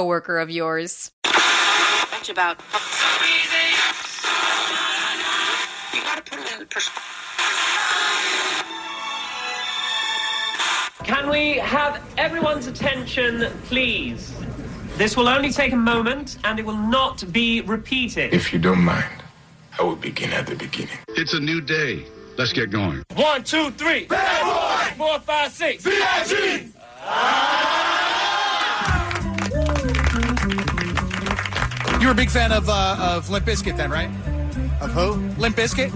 of yours. That's about. You gotta put it in pers- Can we have everyone's attention, please? This will only take a moment and it will not be repeated. If you don't mind, I will begin at the beginning. It's a new day. Let's get going. One, two, three. Oh, Bad boy! Four, five, six. VIG! You were a big fan of uh, of Limp Bizkit then, right? Of who? Limp Bizkit.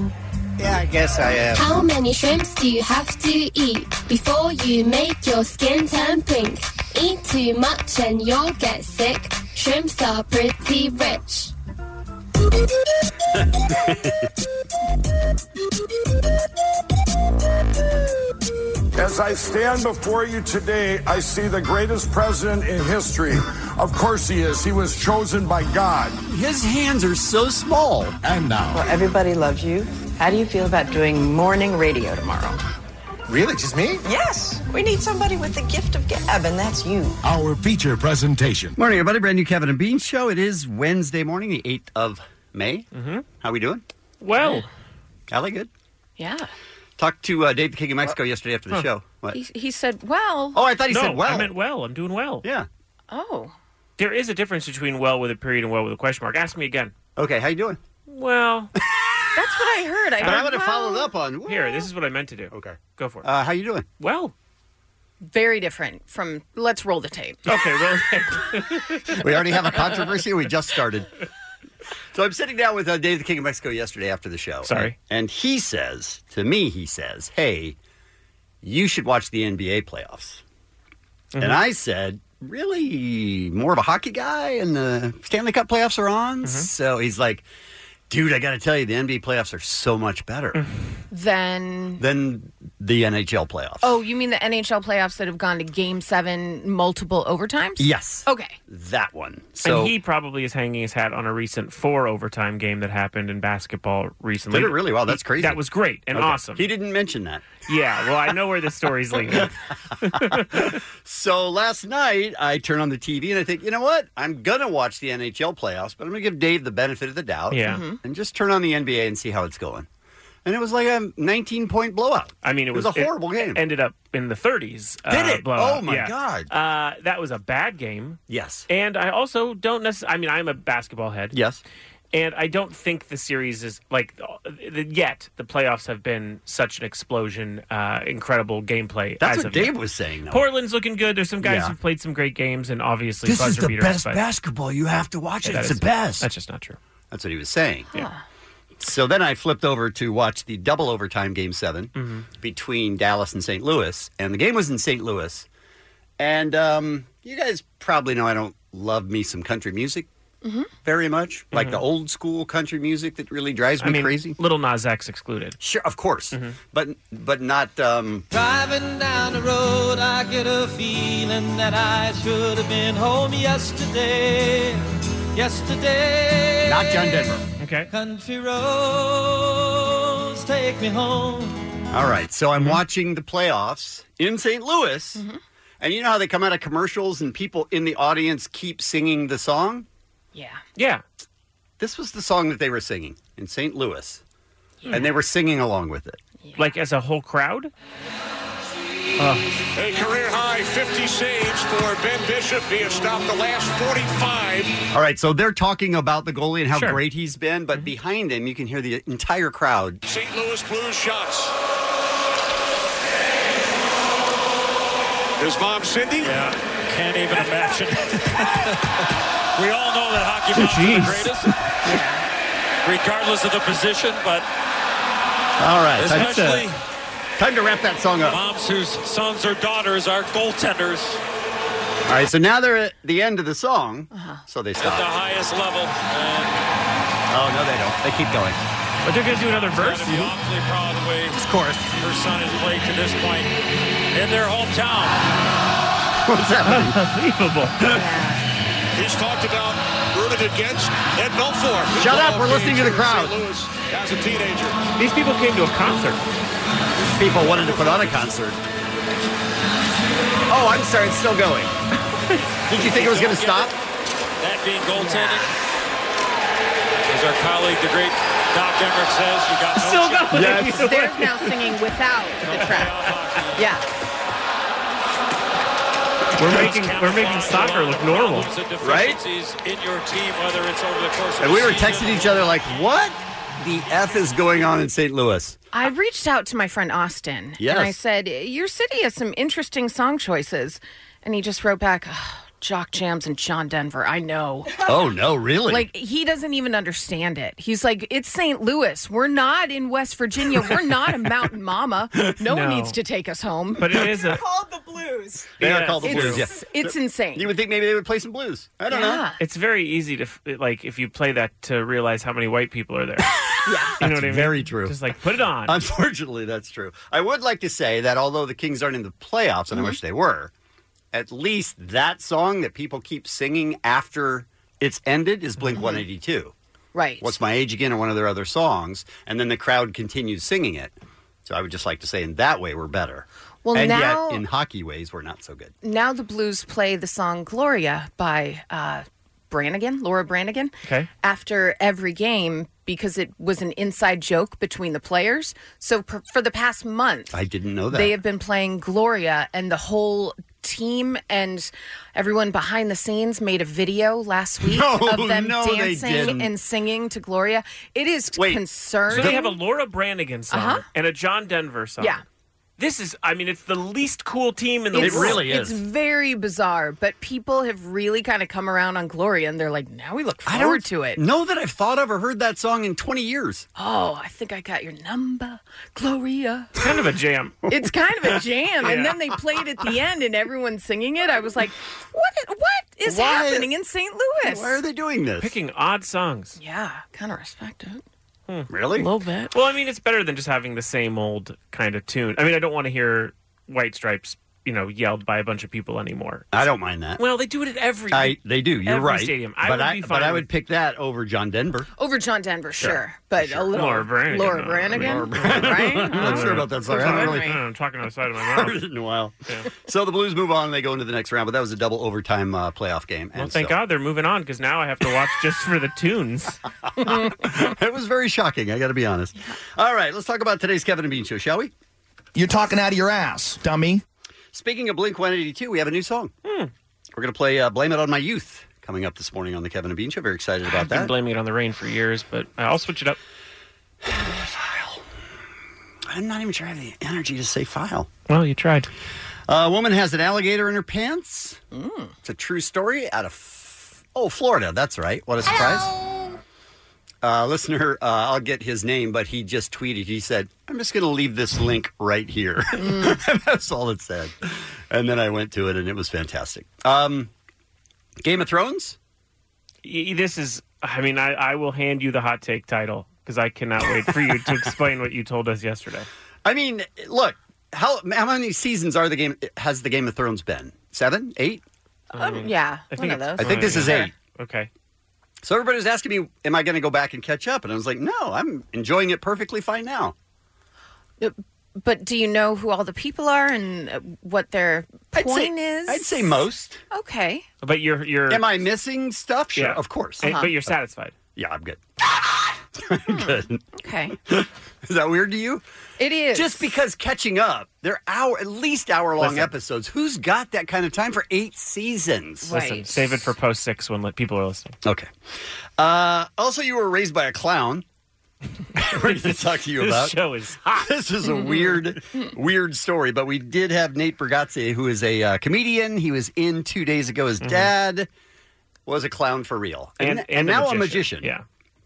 Yeah, I guess I am. How many shrimps do you have to eat before you make your skin turn pink? Eat too much and you'll get sick. Shrimps are pretty rich. As I stand before you today, I see the greatest president in history. Of course he is. He was chosen by God. His hands are so small. And now. Well, everybody loves you. How do you feel about doing morning radio tomorrow? Really? Just me? Yes. We need somebody with the gift of gab, and that's you. Our feature presentation. Morning, everybody. Brand new Kevin and Bean show. It is Wednesday morning, the 8th of May. Mm-hmm. How we doing? Well, Allie, good. Yeah. Talked to uh, Dave the King of Mexico yesterday after the Huh. show. What? He, he said, well. Oh, I thought he no, said well. I meant well. I'm doing well. Yeah. Oh. There is a difference between well with a period and well with a question mark. Ask me again. Okay, how you doing? Well, That's what I heard. I But heard, I would've well, followed up on. here, this is what I meant to do. Okay. Go for it. Uh, how you doing? well. Very different from let's roll the tape. Okay, roll we already have a controversy. We just started. So I'm sitting down with uh, Dave the King of Mexico yesterday after the show. Sorry. And he says to me, he says, "Hey, you should watch the NBA playoffs." Mm-hmm. And I said, "Really? More of a hockey guy, and the Stanley Cup playoffs are on." Mm-hmm. So he's like, "Dude, I got to tell you, the NBA playoffs are so much Mm. better Then. than the NHL playoffs." Oh, you mean the NHL playoffs that have gone to game seven multiple overtimes? Yes, Okay. that one. So and he probably is hanging his hat on a recent four overtime game that happened in basketball recently. Did it really? Wow, that's He- crazy. That was great and Okay. awesome. He didn't mention that. Yeah, well, I know where this story's leading. So last night, I turn on the TV and I think, you know what? I'm going to watch the NHL playoffs, but I'm going to give Dave the benefit of the doubt Yeah. Mhm. and just turn on the NBA and see how it's going. And it was like a 19 point blowout. I mean, it, It was a horrible game. Ended up in the 30s. uh, Did it? Oh, blowout. my Yeah. God. Uh, that was a bad game. Yes. And I also don't necessarily. I mean, I'm a basketball head. Yes. And I don't think the series is like uh, the, yet. The playoffs have been such an explosion, uh, incredible gameplay. That's as of what yet. Dave was saying, though. Portland's looking good. There's some guys Yeah. who've played some great games, and obviously buzzer beaters, but- basketball. You have to watch Yeah, that is- That's just not true. That's what he was saying. Yeah. So then I flipped over to watch the double overtime game 7 Mm-hmm. between Dallas and St. Louis, and the game was in St. Louis. And um, you guys probably know I don't love me some country music Mm-hmm. very much, like the old school country music that really drives me Mm-hmm. I mean, crazy. Little Nas X excluded. Mm-hmm. Sure, of course, but but not. Um, Driving down the road, I get a feeling that I should have been home yesterday. Yesterday. Not John Denver. Okay. Country roads take me home. all right, so I'm watching the playoffs in St. Louis, Mm-hmm. and you know how they come out of commercials and people in the audience keep singing the song. Yeah. Yeah. This was the song that they were singing in St. Louis, and they were singing along with it. Like as a whole crowd. Uh. A career high 50 saves for Ben Bishop. He has stopped the last 45. All right, so they're talking about the goalie and how Sure. great he's been, Mm-hmm. but behind him, you can hear the entire crowd. St. Louis Blues shots. His mom, Cindy? Yeah. Can't even imagine. we all know that hockey moms are the Jeez. greatest, regardless of the position, but All right, that's, uh, especially time to wrap that song up. moms whose sons or daughters are goaltenders. All right, so now they're at the end of the song, Uh-huh. so they At the stop. highest level. Oh no, they don't. They keep going. But they're going to do another verse. It's awfully proud of the way Of course. her son has played to this point in their hometown. What's happening? Unbelievable. He's talked about rooted against Ed Belfour. Shut up, we're listening to the crowd. As a teenager. These people came to a concert. People wanted to put on a concert. Oh, I'm sorry, it's still going. Did you think it was going to stop? That being goaltending. As our colleague, the great Doc Emmerich says, you got no Still shot. going. They're now singing without the track. Yeah. We're making we're making soccer look normal, Right? Deficiencies in your team, whether it's over the course of And we the were season texting each other like, "What the f is going on in St. Louis?" I reached out to my friend Austin Yes. and I said, Your city has some interesting song choices. And he just wrote back, "Ugh, Jock Jams and John Denver. I know. Oh no, really? Like, he doesn't even understand it. He's like, It's St. Louis. We're not in West Virginia. We're not a mountain mama. No, No. one needs to take us home. but it is a called the blues. They are called the blues. Yeah. It's, it's insane. You would think maybe they would play some blues. I don't know. It's very easy to f- like if you play that to realize how many white people are there. yeah, you know That's what I mean. very true. Just like put it on. Unfortunately, that's true. I would like to say that although the Kings aren't in the playoffs, and I Mm-hmm. wish they were, at least that song that people keep singing after it's ended is Blink 182. Mm-hmm. Right. What's My Age Again, or one of their other songs, and then the crowd continues singing it. So I would just like to say, in that way, we're better. Well, and now- yet, in hockey ways, we're not so good. now the blues play the song Gloria by uh, Brannigan, Laura Brannigan, Okay. after every game because it was an inside joke between the players. So per, for the past month, I didn't know that. they have been playing Gloria, and the whole team and everyone behind the scenes made a video last week No, of them no, they dancing didn't. and singing to Gloria. It is concerning. So they have a Laura Branigan song Uh-huh. and a John Denver song. Yeah. This is, I mean, it's the least cool team in the world. It's very bizarre, but people have really kind of come around on Gloria, and they're like, now we look I forward don't to it. know that I've thought of or heard that song in 20 years. Oh, I think I got your number, Gloria. It's kind of a jam. It's kind of a jam, and Yeah. then they played at the end, and everyone's singing it. I was like, what? i- What is Why- happening in St. Louis? why are they doing this? Picking odd songs. Hmm. Yeah, kind of respect it. Really? A little bit. Well, I mean, it's better than just having the same old kind of tune. I mean, I don't want to hear White Stripes, you know, yelled by a bunch of people anymore. I don't mind that. Well, they do it at every. I, they do. You're every right. Stadium. I but would I, be but fine I with- would pick that over John Denver. Over John Denver, sure, Sure, but a little Laura Branigan, Laura though. Branigan, Laura right? I'm not sure about that song. I I'm, don't really. I'm talking on the side of my mouth. heard it in a while. So the Blues move on. They go into the next round, but that was a double overtime uh, playoff game. And Well, thank God they're moving on because now I have to watch just for the tunes. God. it was very shocking. I got to be honest. All right, let's talk about today's Kevin and Bean show, shall we? You're talking out of your ass, dummy. Speaking of Blink 182, we have a new song. Hmm. We're going to play uh, Blame It on My Youth coming up this morning on the Kevin and Bean show. Very excited about I've been that. blaming it on the rain for years, but I'll switch it up. I'm not even sure I have the energy to say file. Well, you tried. A woman has an alligator in her pants. It's a true story out of oh Florida. That's right. What a surprise! Uh, listener, uh, I'll get his name, but he just tweeted. He said, "I'm just going to leave this link right here." That's all it said. And then I went to it, and it was fantastic. Um, Game of Thrones. Y- This is, I mean, I, I will hand you the hot take title because I cannot wait for you to explain what you told us yesterday. I mean, look how how many seasons are the game? Has the Game of Thrones been seven, eight? Um, yeah, I one think of those. it's- I think this is eight. Okay. So everybody was asking me, "Am I going to go back and catch up?" And I was like, "No, I'm enjoying it perfectly fine now." But do you know who all the people are and uh, what their I'd point say- is? I'd say most. Okay. But you're you're. Am I missing stuff? Sure, Yeah. of course. Uh-huh. Eh, But you're Uh-huh. satisfied. Yeah, I'm good. I'm good. Okay. Is that weird to you? It is. Just because catching up, they're hour at least hour long Listen. episodes. Who's got that kind of time for eight seasons? Listen, save it for post six when li- people are listening. Okay. Uh, also, you were raised by a clown. We're going to talk to you This about. show is This is a weird, weird story. But we did have Nate Bergazzi, who is a uh, comedian. He was in two days ago. His dad was a clown for real, Mm-hmm. And- and a now magician. a magician. Yeah,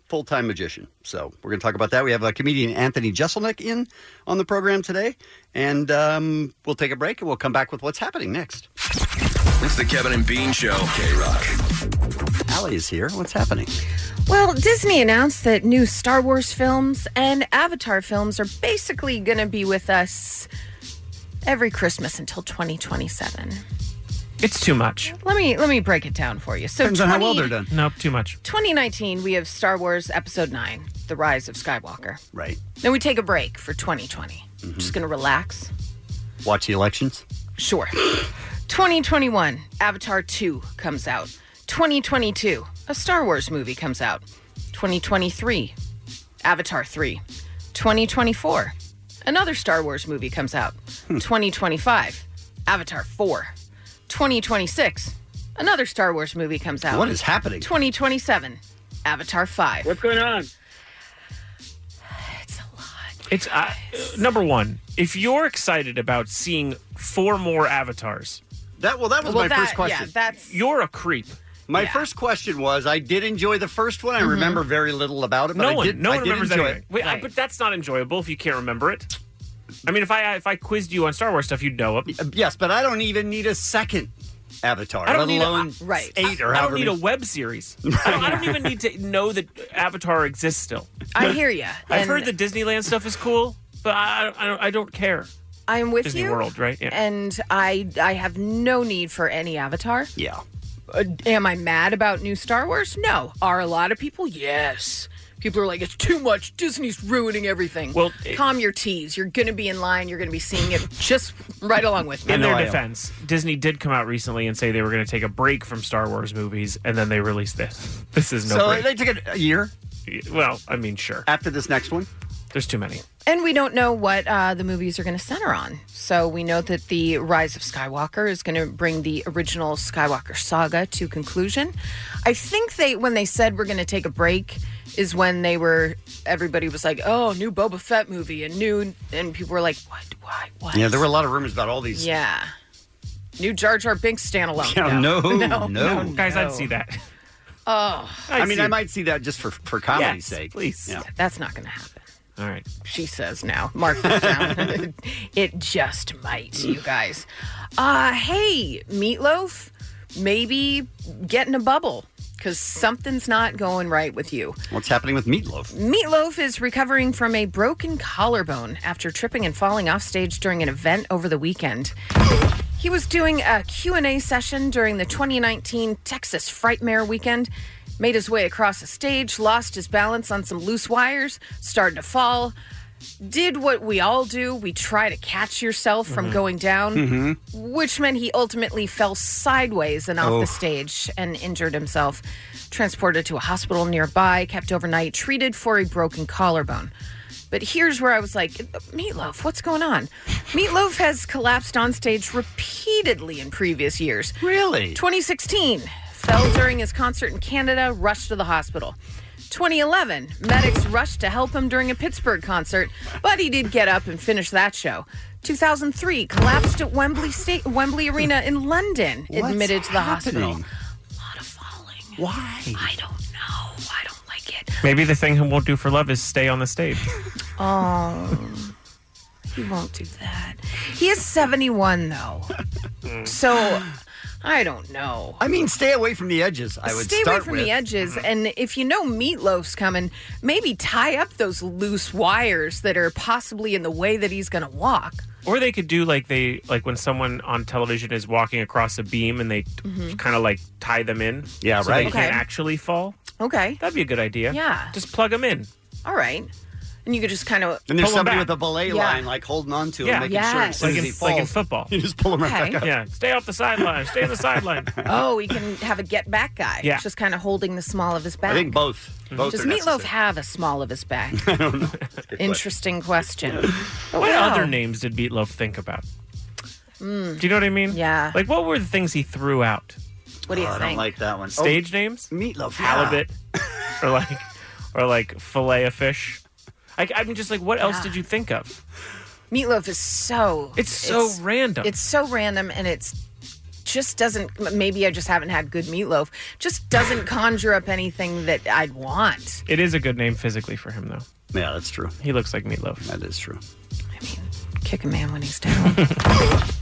full time magician. So we're going to talk about that. We have a comedian Anthony Jeselnik in on the program today, and um, we'll take a break and we'll come back with what's happening next. It's the Kevin and Bean Show. K Rock. Allie is here. What's happening? Well, Disney announced that new Star Wars films and Avatar films are basically going to be with us every Christmas until 2027. It's too much. Let me let me break it down for you. So Depends on how 20 well they're done. Nope, too much. 2019, we have Star Wars Episode 9, The Rise of Skywalker. Right. Then we take a break for 2020. Just going to relax. Mm-hmm. Watch the elections. Sure. 2021, Avatar 2 comes out. 2022, a Star Wars movie comes out. 2023, Avatar 3. 2024, another Star Wars movie comes out. Hmm. 2025, Avatar 4. 2026, another Star Wars movie comes out. What is happening? 2027, Avatar 5. What's going on? It's uh, uh, number one. If you're excited about seeing four more avatars, that well, that was Well, my that- first question. yeah, that's you're a creep. My first question was: I did enjoy the first one. I Mm-hmm. remember very little about it, but no I one, did. no I one did remembers enjoy that. anyway. it. Wait, I- but that's not enjoyable if you can't remember it. I mean, if I if I quizzed you on Star Wars stuff, you'd know it. Yes, but I don't even need a second Avatar, I don't let need alone a, right. eight or I however don't need many- a web series. I don't, I don't even need to know that Avatar exists still. I hear you. I've heard the Disneyland stuff is cool, but I, I, don't, I don't care. I'm with Disney you. World, right? Yeah. And I I have no need for any Avatar. Yeah. Uh, am I mad about new Star Wars? No. Are a lot of people? Yes. People are like, it's too much. Disney's ruining everything. Well, it- calm your teas. You're going to be in line. You're going to be seeing it just right along with me. In their defense, Disney did come out recently and say they were going to take a break from Star Wars movies, and then they released this. This is no so break. they took it a year. Well, I mean, sure. After this next one, there's too many. And we don't know what uh, the movies are going to center on. So we know that the Rise of Skywalker is going to bring the original Skywalker saga to conclusion. I think they, when they said we're going to take a break, is when they were everybody was like, "Oh, new Boba Fett movie," and new, and people were like, "What? Why? What?" yeah, there were a lot of rumors about all these. Yeah, new Jar Jar Binks standalone. Yeah, no, no, guys, I'd see that. Oh, I mean, I might see that just for for comedy's Yes, sake. Please, yeah. That's not going to happen. All right. She says now. Mark this down. it just might, you guys. Uh hey, meatloaf, maybe get in a bubble because something's not going right with you. What's happening with Meatloaf? Meatloaf is recovering from a broken collarbone after tripping and falling off stage during an event over the weekend. He was doing a Q&A session during the 2019 Texas Frightmare weekend, made his way across the stage, lost his balance on some loose wires, started to fall, did what we all do, we try to catch yourself from Mhm. going down, Mhm. which meant he ultimately fell sideways and off Oh. the stage and injured himself. Transported to a hospital nearby, kept overnight, treated for a broken collarbone. But here's where I was like, Meatloaf, what's going on? Meatloaf has collapsed on stage repeatedly in previous years. Really? 2016, fell during his concert in Canada, rushed to the hospital. 2011, medics rushed to help him during a Pittsburgh concert, but he did get up and finish that show. 2003, collapsed at Wembley State, Wembley Arena in London, What's admitted to the hospital. happening? Why? I don't know. I don't like it. Maybe the thing he won't do for love is stay on the stage. Oh, he won't do that. He is 71 though, Mm. so I don't know. I mean, stay away from the edges. I would Stay away start from with. mm-hmm. the edges, and if you know meatloaf's coming, maybe tie up those loose wires that are possibly in the way that he's going to walk. Or they could do like they like when someone on television is walking across a beam and they Mm-hmm. Mhm. kind of like tie them in. Yeah, so right. They Okay. can't actually fall. Okay, That'd be a good idea. Yeah. Just plug them in. all right, and you could just kind of And there's somebody with a belay line, like holding on to him, Yeah. making sure Yes. as soon Like as in- he falls, like in football, you just pull him right Okay. back up. Yeah, stay off the sideline. Stay on the sideline. Oh, he can have a get back guy. Yeah. just kind of holding the small of his back. I think both. Mm-hmm. Both Does are Meatloaf necessary. have a small of his back? I don't know. Interesting question. What Wow. other names did Meatloaf think about? Mm. Do you know what I mean? Yeah. Like, what were the things he threw out? What Oh, do you think? that one. Stage names? Meatloaf. Halibut, or like, or like fillet of fish. I, I'm just like, what else Yeah. did you think of? Meatloaf is so. It's so random. It's so random, and it's just doesn't. m- Maybe I just haven't had good meatloaf. Just doesn't conjure up anything that I'd want. It is a good name physically for him, though. Yeah, that's true. He looks like Meatloaf. That is true. Kick a man when he's down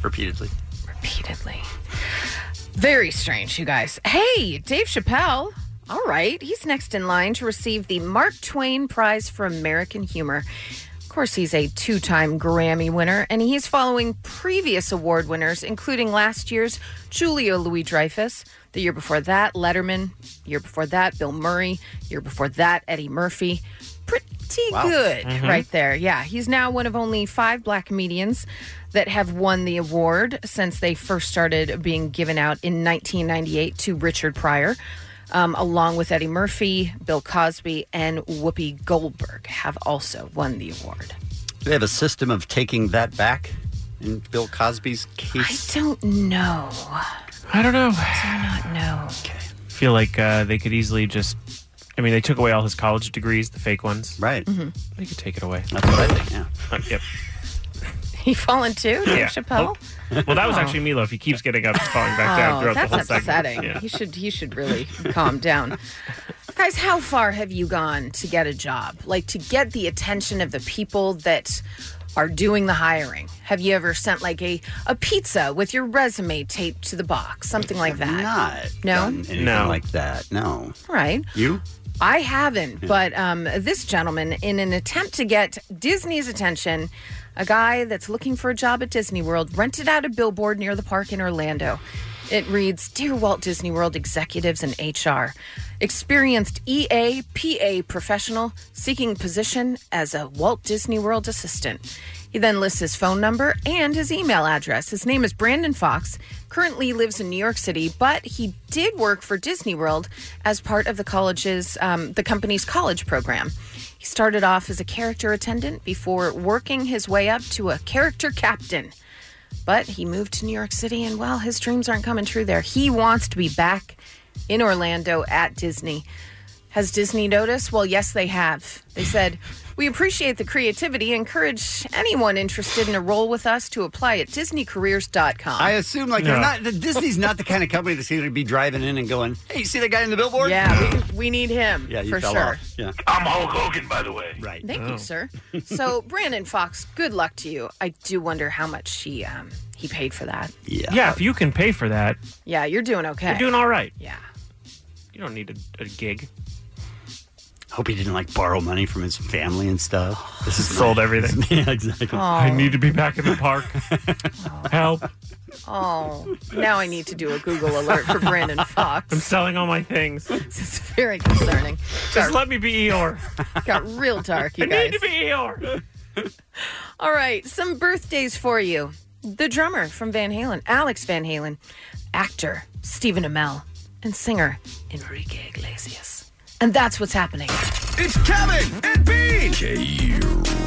Repeatedly. repeatedly. Very strange, you guys. Hey, Dave Chappelle. All right, he's next in line to receive the Mark Twain Prize for American Humor. Of course, he's a two time Grammy winner, and he's following previous award winners, including last year's Julia Louis Dreyfus, the year before that, Letterman, year before that, Bill Murray, year before that, Eddie Murphy. Pretty Wow. good, Mhm. right there. Yeah, he's now one of only five black comedians that have won the award since they first started being given out in 1998 to Richard Pryor, um, along with Eddie Murphy, Bill Cosby, and Whoopi Goldberg have also won the award. Do they have a system of taking that back in Bill Cosby's case? Don't know. I don't know. I do not know. feel like uh, they could easily just. I mean, they took away all his college degrees, the fake ones. Right. Mm-hmm. They could take it away. Uh, That's what I think. Yeah. yep. He fallen too, Dave Yeah. Chappelle. Well, that was Oh. actually Milo. If he keeps getting up, he's falling back down oh, throughout that's the whole upsetting. segment. He should he should really calm down. Guys, how far have you gone to get a job? Like to get the attention of the people that are doing the hiring. Have you ever sent like a, a pizza with your resume taped to the box? Something like that. Not. No? Anything like that. No. All right. You? I haven't, but um, this gentleman, in an attempt to get Disney's attention, a guy that's looking for a job at Disney World rented out a billboard near the park in Orlando. It reads Dear Walt Disney World executives and HR, experienced E EA, PA professional seeking position as a Walt Disney World assistant. He then lists his phone number and his email address. His name is Brandon Fox, currently lives in New York City, but he did work for Disney World as part of the college's, um, the company's college program. He started off as a character attendant before working his way up to a character captain. But he moved to New York City, and well, his dreams aren't coming true there. He wants to be back in Orlando at Disney. Has Disney noticed? Well, yes, they have. They said, We appreciate the creativity. Encourage anyone interested in a role with us to apply at DisneyCareers.com. I assume like No. they're not. The, Disney's not the kind of company that's going to be driving in and going, "Hey, you see that guy in the billboard? Yeah, we, we need him yeah, you for fell sure. off. Yeah, I'm Hulk Hogan, by the way. Right. Thank Oh. you, sir. So, Brandon Fox, good luck to you. I do wonder how much he um, he paid for that. Yeah. Yeah. If you can pay for that, Yeah, you're doing okay. you're doing all right. Yeah. You don't need a, a gig. Hope he didn't like borrow money from his family and stuff. This is Sold everything. yeah, exactly. I need to be back in the park. Help! Oh, now I need to do a Google alert for Brandon Fox. I'm selling all my things. It's very concerning. Just let me be Eeyore. Got real dark, you I guys. need to be Eeyore. All right, some birthdays for you. The drummer from Van Halen, Alex Van Halen, actor Stephen Amell, and singer Enrique Iglesias. And that's what's happening. It's Kevin and Bean. K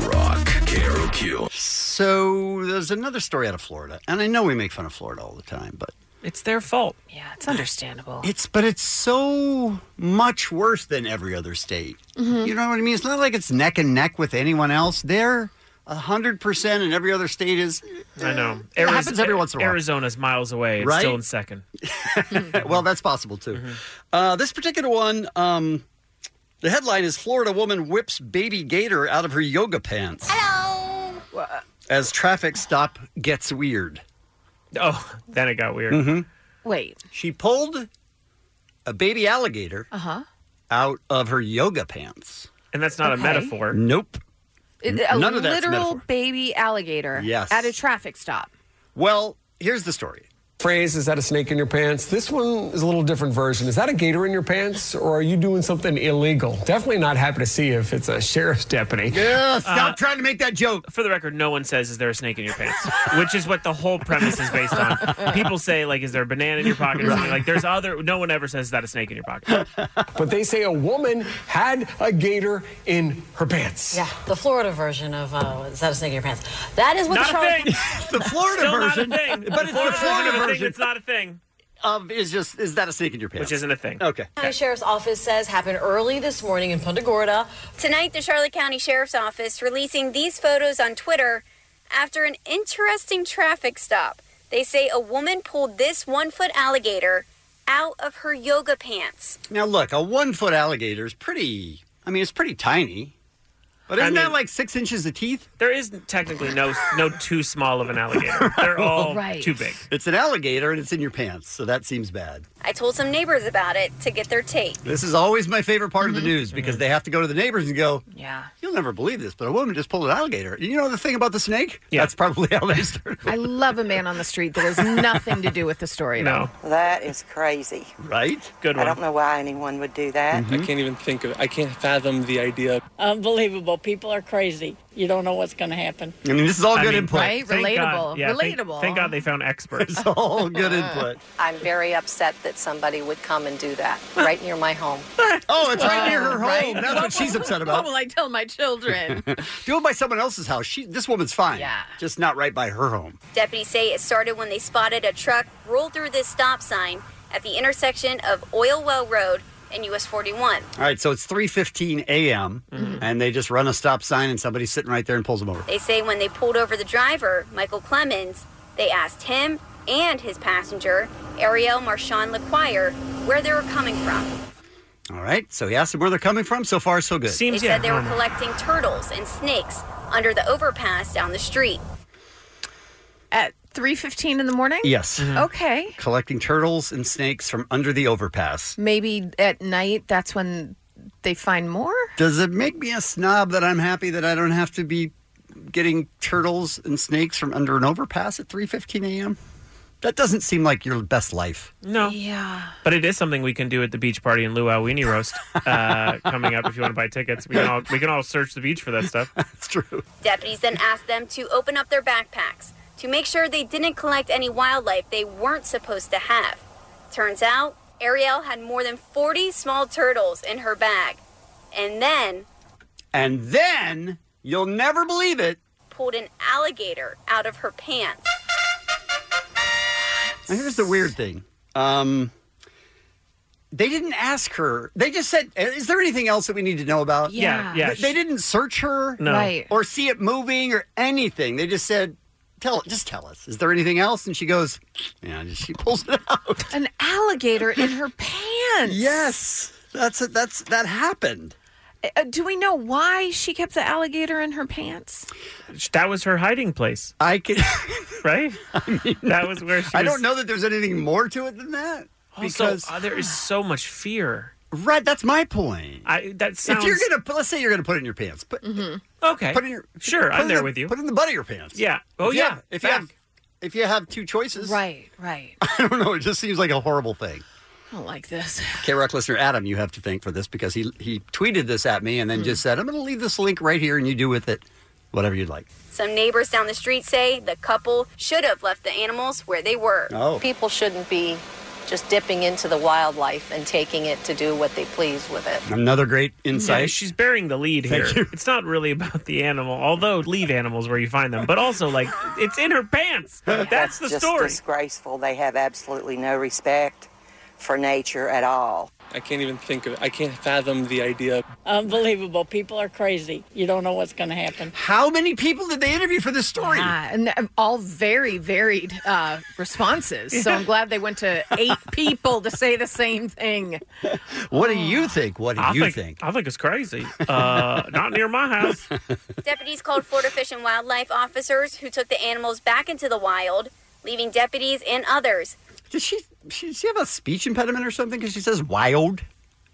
Rock. KROQ. So there's another story out of Florida, and I know we make fun of Florida all the time, but it's their fault. Yeah, it's understandable. It's but it's so much worse than every other state. Mhm. You know what I mean? It's not like it's neck and neck with anyone else. They're hundred percent, and every other state is. I know. It happens every once in a while. Arizona's miles away. It's Right? still in second. well, that's possible too. Mm-hmm. Uh, this particular one, um, the headline is Florida woman whips baby gator out of her yoga pants as traffic stop gets weird. Mm-hmm. Oh, then it got weird. Wait. She pulled a baby alligator Uh huh. out of her yoga pants. And that's not a Okay. metaphor. Nope. N- A none of that's literal metaphor. baby alligator Yes. at a traffic stop. Well, here's the story. Phrase, is that a snake in your pants? This one is a little different version. Is that a gator in your pants or are you doing something illegal? Definitely not happy to see if it's a sheriff's deputy. Uh, stop trying to make that joke. Uh, For the record, no one says, "Is there a snake in your pants?" Which is what the whole premise is based on. People say, "Like, is there a banana in your pocket?" Or something. Like, there's other. No one ever says, "Is that a snake in your pocket?" But they say a woman had a gator in her pants. Yeah, the Florida version of uh, is that a snake in your pants? That is what Not the a Charlotte- thing. The Florida Still not a version, thing. but it's the Florida version of Florida a thing version. that's not a thing. Of is just is that a snake in your pants? Which isn't a thing. Okay. County Sheriff's Office says happened early this morning in Punta Gorda. Tonight, the Charlotte County Sheriff's Office releasing these photos on Twitter after an interesting traffic stop. They say a woman pulled this one foot alligator out of her yoga pants. Now look, a one foot alligator is pretty. I mean, it's pretty tiny. But isn't that like six inches of teeth? There is technically no no too small of an alligator. They're all too big. It's an alligator and it's in your pants, so that seems bad. I told some neighbors about it to get their take. This is always my favorite part of the news because they have to go to the neighbors and go, Yeah. You'll never believe this, but a woman just pulled an alligator. You know the thing about the snake? Yeah. That's probably how they started. I love a man on the street that has nothing to do with the story. at all. That is crazy. Right? Good I don't know why anyone would do that. I can't even think of I can't fathom the idea. Unbelievable. People are crazy. You don't know what's going to happen. Mm. I mean, this is all I good mean, input. Right? thank God- Relatable. yeah, thank- Relatable. thank God they found experts. It's all good input. I'm very upset that somebody would come and do that right near my home. Um, Oh, it's right near her home. Right. That's what she's upset What about. will I tell my children? do it by someone else's house. She, this woman's fine. Yeah. Just not right by her home. Deputies say it started when they spotted a truck roll through this stop sign at the intersection of Oil Well Road and US 41. All right, so it's 3.15 a.m., and they just run a stop sign, and somebody's sitting right there and pulls them over. They say when they pulled over the driver, Michael Clemens, they asked him and his passenger, Ariel Marchand LaQuire, where they were coming from. All right, so he asked them where they're coming from. So far, so good. they said they were collecting turtles and snakes under the overpass down the street. At 3.15 in the morning? Yes. Mhm. Okay. collecting turtles and snakes from under the overpass. Maybe at night, that's when they find more? Does it make me a snob that I'm happy that I don't have to be getting turtles and snakes from under an overpass at 3:15 a.m.? That doesn't seem like your best life. No. Yeah. But it is something we can do at the beach party in Luau Weenie Roast uh, coming up. If you want to buy tickets, we can all we can all search the beach for that stuff. That's true. Deputies then asked them to open up their backpacks to make sure they didn't collect any wildlife they weren't supposed to have. Turns out, Ariel had more than 40 small turtles in her bag. And then And then you'll never believe it. pulled an alligator out of her pants. Now, here's the weird thing. Um, they didn't ask her. They just said, "Uh, "Is there anything else that we need to know about?" Yeah, Yeah. yeah. But They didn't search her, No. Right. or see it moving or anything. They just said, "Tell, just tell us. Is there anything else?" And she goes, "Yeah." and She pulls it out. An alligator in her pants. Yes. That's it. That's that happened. Uh, do we know why she kept the alligator in her pants? That was her hiding place. I can, right? that was where she. I was- don't know that there's anything more to it than that. Also, uh, there is so much fear. Right. That's my point. I that If you're sounds- gonna let's say you're gonna put it in your pants, put Okay. Put it in your Sure, put I'm it there in the- with you. Put it in the butt of your pants. Yeah. Oh If you yeah. have- if you have if you have two choices, right, right. I don't know. It just seems like a horrible thing. I don't like this. K Rock listener Adam, you have to thank for this because he he tweeted this at me and then just said, "I'm going to leave this link right here, and you do with it whatever you'd like." Some neighbors down the street say the couple should have left the animals where they were. Oh. People shouldn't be just dipping into the wildlife and taking it to do what they please with it. Another great Yeah, insight. she's bearing the lead here. Thank It's not really about the animal, although leave animals where you find them, but also like it's in her pants. That's the just story. disgraceful. They have absolutely no respect for nature at all. I can't even think of I can't fathom the idea. Unbelievable. People are crazy. You don't know what's going to happen. How many people did they interview for this story? Yeah, and they're all very varied uh, responses. So I'm glad they went to eight people to say the same thing. What do you think? What do I you think, I think it's crazy. Uh, not near my house. Deputies called Florida Fish and Wildlife officers who took the animals back into the wild, leaving deputies and others Does she, she does she have a speech impediment or something? Because she says "wild,"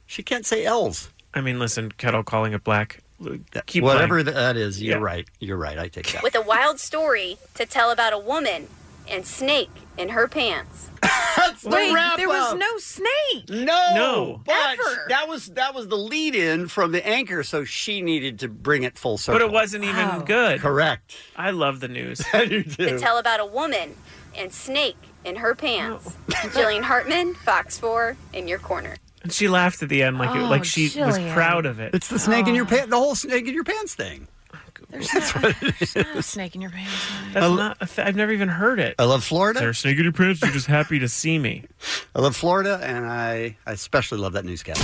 she can't say "l's." I mean, listen, kettle calling it black. L- Keep whatever playing. that is. You're Yeah. right. You're right. I take that. with a wild story to tell about a woman and snake in her pants. That's the Wait, wrap there was up. no snake. No, No. But that was that was the lead in from the anchor, so she needed to bring it full circle. But it wasn't even good. Correct. I love the news. you To tell about a woman and snake in her pants. Jillian Hartman, Fox 4, in your corner. And she laughed at the end like it, Oh, like she was Jillian. Oh. proud of it. It's the snake in your pants. The whole snake in your pants thing. That's what it A is. snake in your pants. That's not a th- I've never even heard it. I love Florida. They're snake in your pants. You're just happy to see me. I love Florida, and I, I especially love that newscast.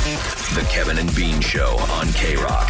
The Kevin and Bean Show on K Rock.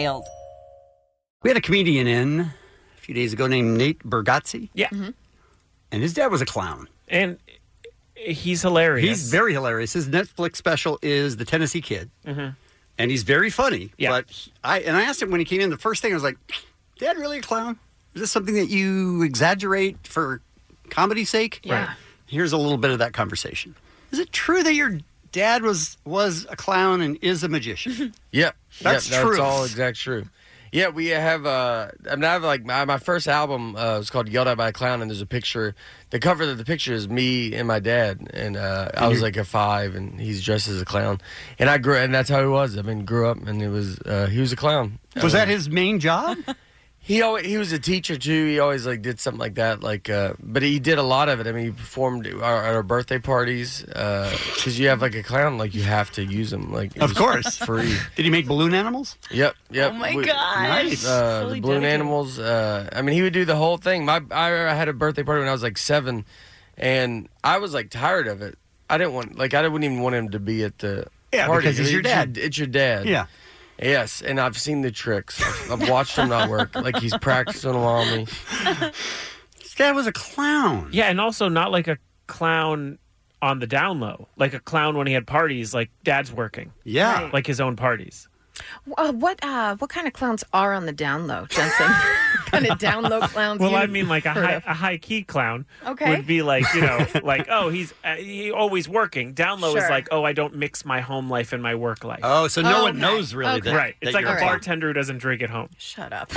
We had a comedian in a few days ago named Nate Bergazzi. Yeah. And his dad was a clown. And he's hilarious. He's very hilarious. His Netflix special is The Tennessee Kid. And he's very funny. Yeah. But he- I and I asked him when he came in, the first thing I was like, Dad really a clown? Is this something that you exaggerate for comedy's sake? Yeah. Right. Here's a little bit of that conversation. Is it true that your dad was was a clown and is a magician? Yep, That's Yep, true. That's all exact true. Yeah, we have. Uh, I mean, I have like my, my first album uh, was called "Yelled at by a Clown," and there's a picture. The cover of the picture is me and my dad, and uh, I And was Mhm. you're- like a five, and he's dressed as a clown. And I grew, and that's how he was. I mean, grew up, and it was uh, he was a clown. Was that his main job? He always, he was a teacher too. He always like did something like that. Like, uh, but he did a lot of it. I mean, he performed at our, at our birthday parties because you have like a clown, like you have to use him. Like, it Of was course. free. Did he make balloon animals? Yep, yep. Oh my gosh. Nice. Uh, Fully the balloon dedicated. animals. Uh, I mean, he would do the whole thing. My I, I had a birthday party when I was like seven, and I was like tired of it. I didn't want like I wouldn't even want him to be at the Yeah, party. because he's your It's dad. It's your dad. Yeah. Yes, and I've seen the tricks. I've watched him not work. Like he's practicing them on me. His dad was a clown. Yeah, and also not like a clown on the down low, like a clown when he had parties, like dad's working. Yeah. Like his own parties. Uh, what uh, what kind of clowns are on the down low, Jensen? What kind of down low clowns? Well, you I mean, like a heard high, of? a high key clown Okay. would be like, you know, like, oh, he's uh, he always working. Down low is Sure. like, oh, I don't mix my home life and my work life. Oh, so no one Okay. knows really Okay. that- Right. that It's like you're a a clown. bartender who doesn't drink at home. Shut up.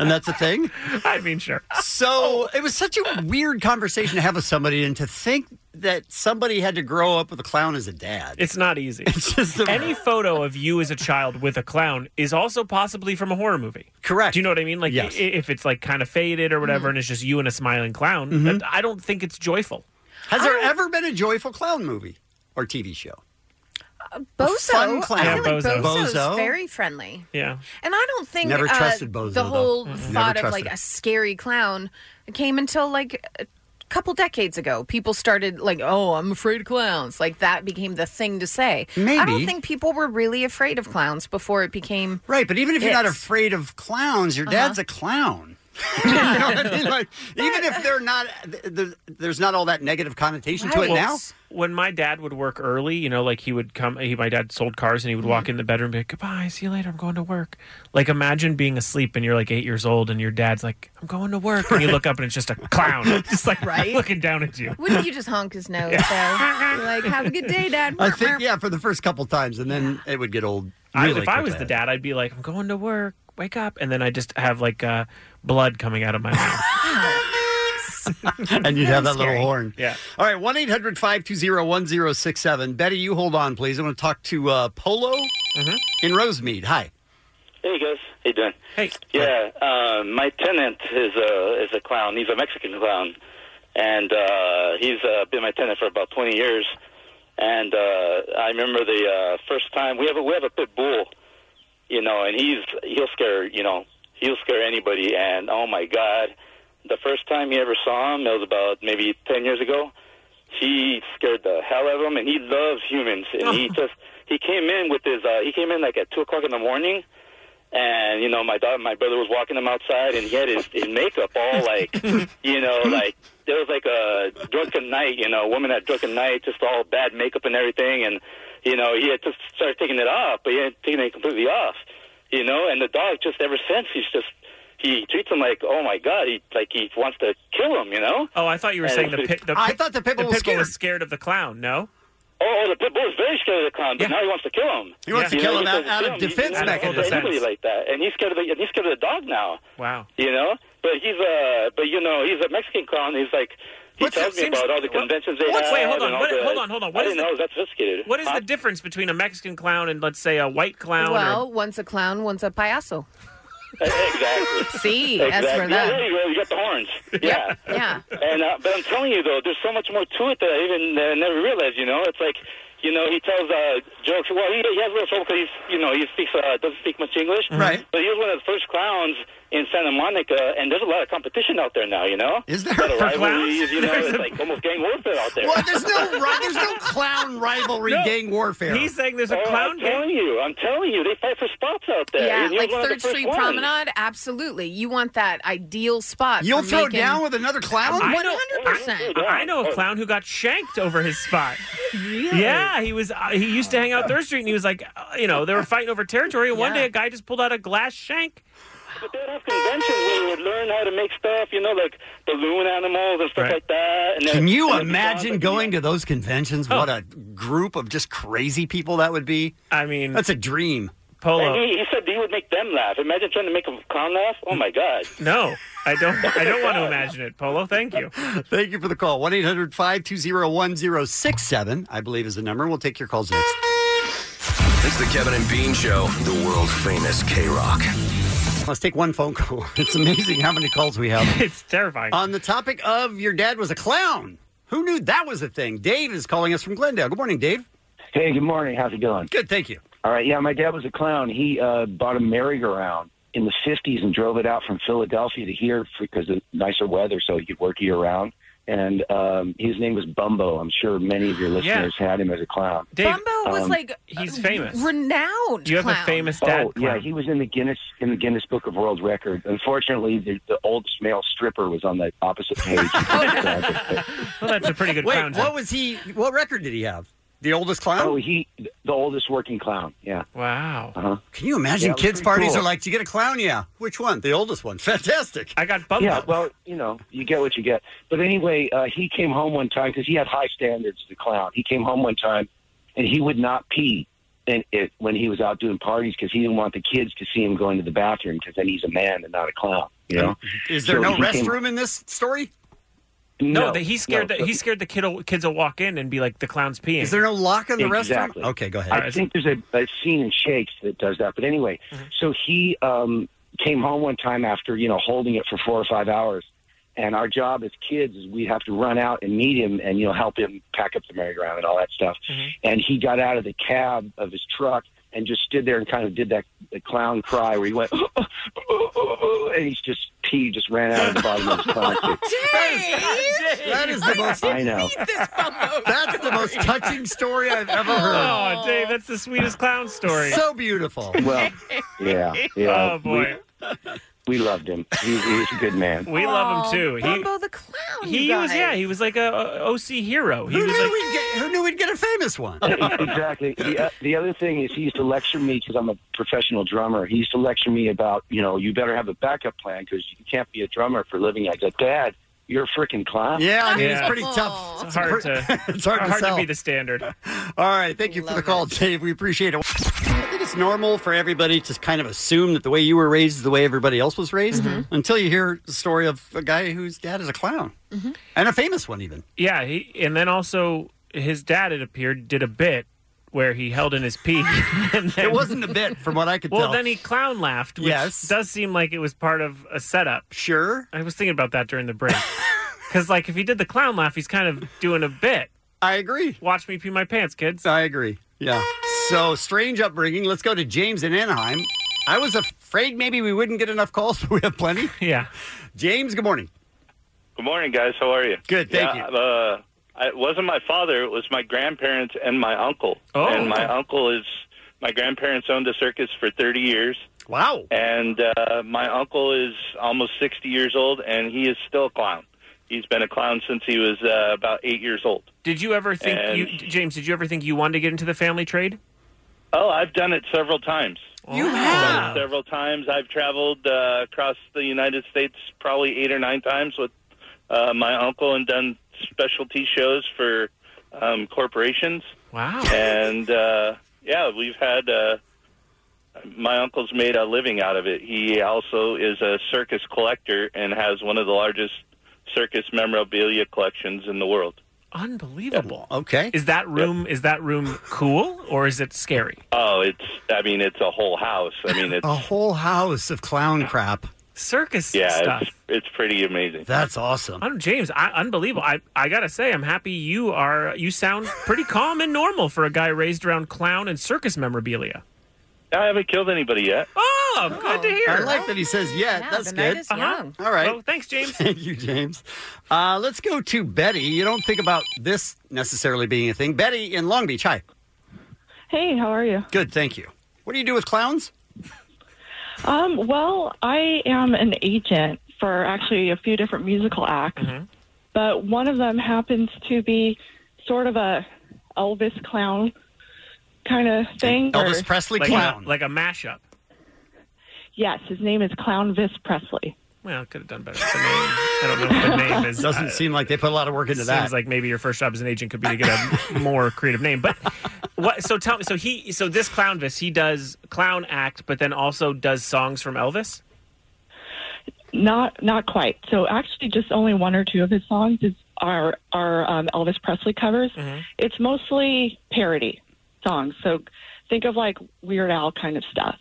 and that's a thing. I mean, sure. So it was such a weird conversation to have with somebody, and to think that somebody had to grow up with a clown as a dad. It's not e- easy. It's just any photo of you as a child with a clown is also possibly from a horror movie. Correct. Do you know what I mean? Like Yes. i- if it's like kind of faded or Mm-hmm. whatever, Mhm. and it's just you and a smiling clown, Mhm. that- I don't think it's joyful. Has there ever been a joyful clown movie or TV show? Bozo. fun clown. I feel like Yeah, Bozo. Bozo's Bozo. very friendly. Yeah. And I don't think Never uh, trusted Bozo, the though. whole Mm-mm. Never thought of trusted like him. a scary clown came until like a couple decades ago. People started like, "Oh, I'm afraid of clowns." Like that became the thing to say. I don't Maybe. think people were really afraid of clowns before it became Right, but even if you're not It's- afraid of clowns, your Uh-huh. dad's a clown. you know what I mean? Like, even if they're not, th- th- there's not all that negative connotation to it Well, now. When my dad would work early, you know, like he would come, he, my dad sold cars and he would walk in the bedroom and be like, goodbye, see you later, I'm going to work. Like, imagine being asleep and you're like eight years old and your dad's like, I'm going to work. And you look up and it's just a clown, just like Right. looking down at you. Wouldn't you just honk his nose though? Be like, "Have a good day, Dad." I think, yeah, for the first couple times, and then it would get old. I, really if I was quickly. the dad, I'd be like, I'm going to work, wake up. And then I just have like uh, blood coming out of my mouth. and you'd have that Scary. little horn. Yeah. All right, 1 800 520 1067. Betty, you hold on, please. I want to talk to uh, Polo Mm-hmm. in Rosemead. Hi. Hey guys, how you doing? Hey. Yeah, uh, my tenant is a is a clown. He's a Mexican clown, and uh, he's uh, been my tenant for about twenty years. And uh, I remember the uh, first time we have a we have a pit bull, you know, and he's he'll scare you know he'll scare anybody. And oh my god, the first time he ever saw him, it was about maybe ten years ago. He scared the hell out of him, and he loves humans. And he just he came in with his uh, he came in like at two o'clock in the morning and you know my daughter, my brother was walking him outside, and he had his, his makeup all like, you know, like there was like a drunken night, you know, a woman at drunken night, just all bad makeup and everything, and You know, he had just started taking it off, but he hadn't taken it completely off. You know, and the dog just ever since he's just he treats him like oh my god, he like he wants to kill him. You know. Oh, I thought you were And saying the it's pit. pretty- The pit, the pit bull was scared of the clown. No. Oh, the pit bull is very scared of the clown, but now he wants to kill him. He wants to You kill know, him he out- doesn't out kill of him. He- defense he doesn't kill mechanism. anybody like that, and he's scared of the and he's scared of the dog now. Wow. You know, but he's uh, but you know, he's a Mexican clown. He's like. He What's tells the- me about seems- all the what- conventions they what's- have. wait, hold on, and all what- the- hold on, hold on. What I is didn't know the- it was that sophisticated. What is Huh? the difference between a Mexican clown and let's say a white clown? well, one's a clown, one's a payaso. Exactly. See, that's where Exactly. that- Yeah, there you go. You got the horns. Yeah. Yeah. and uh, but I'm telling you though, there's so much more to it that I even uh, never realized. You know, it's like, you know, he tells uh, jokes. Well, he, he has a little trouble because he's, you know, he speaks uh, doesn't speak much English. Right. But he was one of the first clowns in Santa Monica, and there's a lot of competition out there now. You know, is there a lot of For rivalries? clowns? You know, There's it's a- like almost gang warfare out there. Well, there's no ri- there's no clown rivalry, No. gang warfare. He's saying there's a clown. Oh, I'm telling you, I'm telling you, they fight for spots out there. Yeah, and he was like one of the Third first Street ones. Promenade, absolutely. You want that ideal spot. You'll for throw making- down with another clown? I One know- hundred percent. I know Oh. a clown who got shanked over his spot. Really? Yeah, he was. Uh, he used to hang out Third Street, and he was like, uh, you know, they were fighting over territory. And one Yeah. day, a guy just pulled out a glass shank. But they'd have conventions where we would learn how to make stuff, you know, like balloon animals and stuff like that. And then- Can you and then imagine songs going to those conventions? What a group of just crazy people that would be. Oh. I mean, that's a dream. Like, and he, he said he would make them laugh. Imagine trying to make a clown laugh. Oh my god. No, I don't. I don't want to imagine it, Polo. Thank you. Thank you for the call. 1 800 520 1067, I believe, is the number. We'll take your calls next. It's the Kevin and Bean Show, the world famous K Rock. Let's take one phone call. It's amazing how many calls we have. it's terrifying. On the topic of your dad was a clown. Who knew that was a thing? Dave is calling us from Glendale. Good morning, Dave. Hey, good morning. How's it going? Good, thank you. All right. Yeah, my dad was a clown. He uh, bought a merry-go-round in the 50s and drove it out from Philadelphia to here because of nicer weather, so he could work year-round. And um, his name was Bumbo. I'm sure many of your listeners had him as a clown. Bumbo was Um, like uh, he's renowned. clown. Oh, yeah, he was in the Guinness in the Guinness Book of World Records. Unfortunately, the, the oldest male stripper was on the opposite page. Well, that's a pretty good Wait, clown what joke. was he? What record did he have? The oldest clown? Oh, he the oldest working clown. Yeah. Wow. Uh-huh. Can you imagine Yeah, it was kids' pretty parties cool. are like, do you get a clown? Yeah. Which one? The oldest one. Fantastic. I got Yeah, well, you know, you get what you get. But anyway, uh, he came home one time because he had high standards. The clown. He came home one time, and he would not pee, and it, when he was out doing parties because he didn't want the kids to see him going to the bathroom because then he's a man and not a clown. You know? Is there So no he came- restroom in this story? No, No, that he scared. no. that he scared the kid. Kids will walk in and be like, the clown's peeing. Is there no lock exactly. Okay, go ahead. I think there's a, a scene in Shakes that does that. But anyway, Mm-hmm. so he um, came home one time after you know holding it for four or five hours, and our job as kids is we'd have to run out and meet him and you know help him pack up the merry-go-round and all that stuff. Mm-hmm. And he got out of the cab of his truck and just stood there and kind of did that the clown cry where he went, "Oh, and he's just pee just ran out of the bottom of his Oh, clown. That is the most. I know. That's the most touching story I've ever heard. Oh, Dave, that's the sweetest clown story. So beautiful. Well, yeah, yeah. Oh boy, We, we loved him. He, he was a good man. we love him too. He, Bumbo the clown. he you was guys. yeah. He was like a, a OC hero. He was like who knew we'd get a famous one? exactly. The, uh, the other thing is, he used to lecture me because I'm a professional drummer. He used to lecture me about, you know, you better have a backup plan because you can't be a drummer for a living. I go, Dad, you're a freaking clown. Yeah, I mean, it's pretty tough. It's hard to it's hard, to, hard to sell. be the standard. All right, thank you for the call, Dave. We appreciate it. I think it's normal for everybody to kind of assume that the way you were raised is the way everybody else was raised Mm-hmm. until you hear the story of a guy whose dad is a clown and a famous one, even. Yeah, he and then also his dad, it appeared, did a bit where he held in his pee. and then, It wasn't a bit, from what I could well, tell. then he clown laughed, which Yes. does seem like it was part of a setup. Sure. I was thinking about that during the break. Because, like, if he did the clown laugh, he's kind of doing a bit. I agree. Watch me pee my pants, kids. I agree. Yeah. So strange upbringing. Let's go to James in Anaheim. I was afraid maybe we wouldn't get enough calls, but we have plenty. Yeah. James, good morning. Good morning, guys. How are you? Good, thank you. Uh, it wasn't my father; it was my grandparents and my uncle. Oh. And my uncle is my grandparents owned a circus for thirty years. Wow. And uh, my uncle is almost sixty years old, and he is still a clown. He's been a clown since he was uh, about eight years old. Did you ever think And- you, James? Did you ever think you wanted to get into the family trade? Oh, I've done it several times. You have several times. I've traveled uh, across the United States probably eight or nine times with uh, my uncle and done specialty shows for um, corporations. Wow. And uh, yeah, we've had. Uh, my uncle's made a living out of it. He also is a circus collector and has one of the largest circus memorabilia collections in the world. Unbelievable. Okay. Is that room is that room cool or is it scary? Oh, it's. I mean, it's a whole house. I mean, it's A whole house of clown crap. Circus yeah, stuff. it's it's pretty amazing. That's awesome. I'm James, I, unbelievable. I, I gotta say, I'm happy you are. You sound pretty calm and normal for a guy raised around clown and circus memorabilia. I haven't killed anybody yet. Oh, good to hear. I like that he says, yeah, Yeah, that's the night good. is young. All right. Uh-huh. Well, thanks, James. Thank you, James. Uh, let's go to Betty. You don't think about this necessarily being a thing. Betty in Long Beach. Hi. Hey, how are you? Good, thank you. What do you do with clowns? Um, well, I am an agent for actually a few different musical acts, but one of them happens to be sort of a Elvis clown kind of thing. or- like a, like a mashup. Yes, his name is Clown Vis Presley. Well, could have done better. with The name. I don't know if the name is. Doesn't seem like they put a lot of work into seems that. Seems like maybe your first job as an agent could be to get a more creative name. But what? So tell me. So he. So this clownvis, he does clown act, but then also does songs from Elvis. Not, not quite. So actually, just only one or two of his songs is, are are um, Elvis Presley covers. Mm-hmm. It's mostly parody songs. So think of like Weird Al kind of stuff.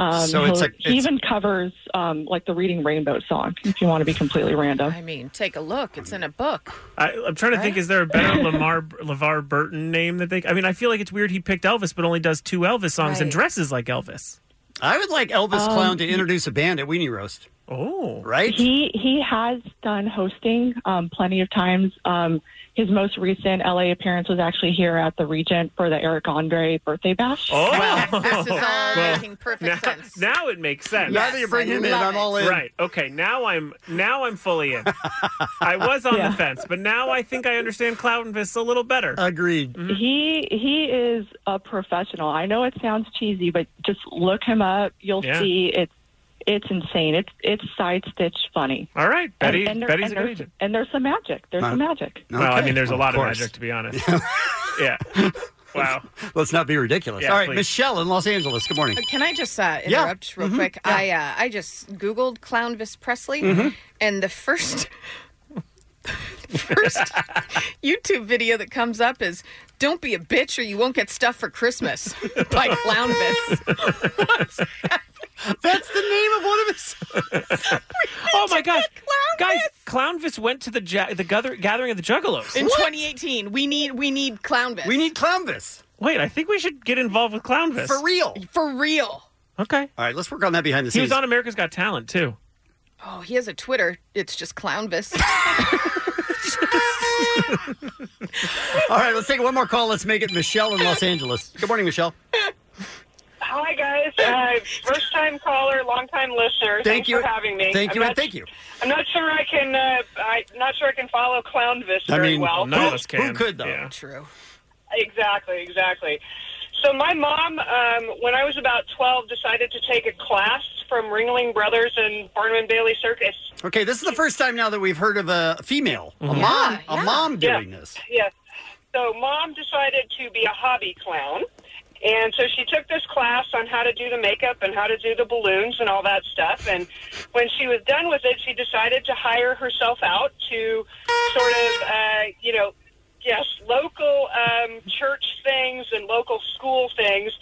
Um, So it's he'll- a- he even covers um, like the Reading Rainbow song. If you want to be completely random. I mean, take a look. It's in a book. I, I'm trying to think. Is there a better Lamar Lavar Burton name that they? I mean, I feel like it's weird he picked Elvis, but only does two Elvis songs and Right. dresses like Elvis. I would like Elvis Um, Clown to introduce a band at Weenie Roast. Oh. Right? He he has done hosting um, plenty of times. Um, his most recent LA appearance was actually here at the Regent for the Eric Andre birthday bash. Oh, this is all Well, making perfect now, sense. now it makes sense. Now that you bring Yes, I him in, love I'm it. all in. Right. Okay. Now I'm now I'm fully in. I was on Yeah. the fence, but now I think I understand Clownvis a little better. Agreed. Mm-hmm. He he is a professional. I know it sounds cheesy, but just look him up. You'll Yeah. see it's it's insane. It's it's side stitch funny. All right, Betty- Betty's and a good there's, agent. and there's some magic. There's Uh, some magic. Well, I Okay. mean, there's a Of lot of, course. magic to be honest. yeah. Wow. Let's not be ridiculous. Yeah, All right, please. Michelle in Los Angeles. Good morning. Uh, Can I just uh, Yeah. interrupt real quick? I uh, I just Googled Clownvis Presley, Mhm. and the first first YouTube video that comes up is "Don't be a bitch or you won't get stuff for Christmas" by Clownvis. That's the name of one of his. oh my gosh, guys! Clownvis went to the ja- the gather- gathering of the Juggalos In 2018, we need we need Clownvis. We need Clownvis. Wait, I think we should get involved with Clownvis For real. For real. Okay. All right, let's work on that behind the He scenes. was on America's Got Talent too. Oh, he has a Twitter. It's just Clownvis. All right, let's take one more call. Let's make it Michelle in Los Angeles. Good morning, Michelle. Hi guys, uh, first time caller, long time listener. Thank Thanks you. for having me. Thank I'm you, not, and thank you. I'm not sure I can. Uh, I'm not sure I can follow Clownvis I very mean, well. none of us can. Who could, though? Yeah. True. Exactly, exactly. So my mom, um, when I was about 12, decided to take a class from Ringling Brothers and Barnum and Bailey Circus. Okay, this is the first time now that we've heard of a female, a Mhm. mom, Yeah, yeah. a mom doing Yeah. this. Yes. So mom decided to be a hobby clown. And so she took this class on how to do the makeup and how to do the balloons and all that stuff. And when she was done with it, she decided to hire herself out to sort of, uh, you know, yes, local um, church things and local school things.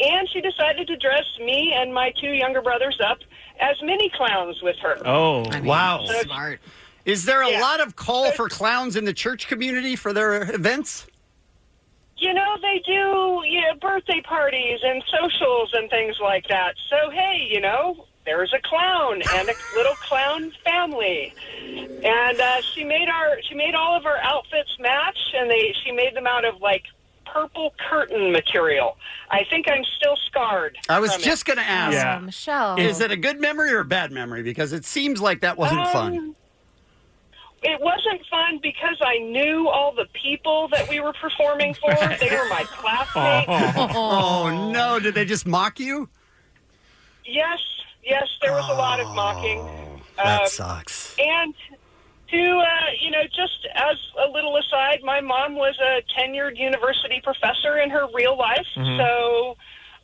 And she decided to dress me and my two younger brothers up as mini clowns with her. Oh, wow. Smart. Is there a Yeah. lot of call for clowns in the church community for their events? You know, they do you know, birthday parties and socials and things like that. So, hey, you know, there's a clown and a little clown family. And uh, she made our she made all of our outfits match, and they she made them out of like purple curtain material. I think I'm still scarred. I was from it. just going to ask. Oh, Michelle. Is it a good memory or a bad memory? Because it seems like that wasn't fun. Um, it wasn't fun because I knew all the people that we were performing for. They were my classmates. oh no! Did they just mock you? Yes, yes, there was a lot of mocking. Oh, That Um, sucks. And to, uh, you know, just as a little aside, my mom was a tenured university professor in her real life. Mhm. So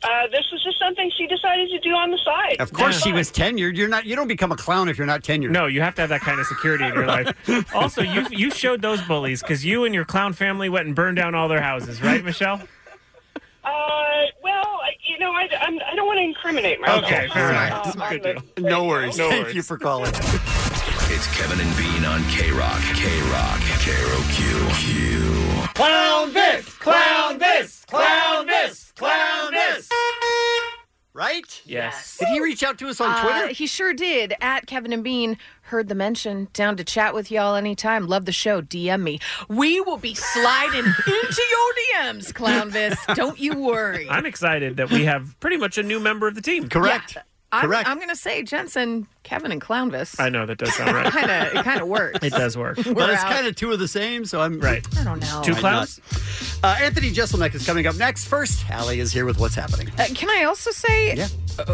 uh, this was just something she decided to do on the side. Of course, she was tenured. You're not. You don't become a clown if you're not tenured. No, you have to have that kind of security in your life. Also, you you showed those bullies because you and your clown family went and burned down all their houses, right, Michelle? Uh, well, I- you know, I, I'm, I don't want to incriminate myself. Okay, fair enough. Uh, on the- No worries. No Thank worries. you for calling. It's Kevin and Bean on K Rock. K Rock. K R O Q. Clown this! Clown this! Clown this! Clown this! Right? Yes. Did he reach out to us on Uh, Twitter? he sure did. At Kevin and Bean, heard the mention. Down to chat with y'all anytime. Love the show. DM me. We will be sliding into your DMs, Clownvis. Don't you worry. I'm excited that we have pretty much a new member of the team. Correct. I'm, I'm going to say Jensen, Kevin, and Clownvis. I know that does sound right. kind of, it kind of works. It does work. We're but it's out. kind of two of the same, so I'm right. I don't know. Two clowns. Uh, Anthony Jesselneck is coming up next. First, Allie is here with what's happening. Uh, can I also say, uh,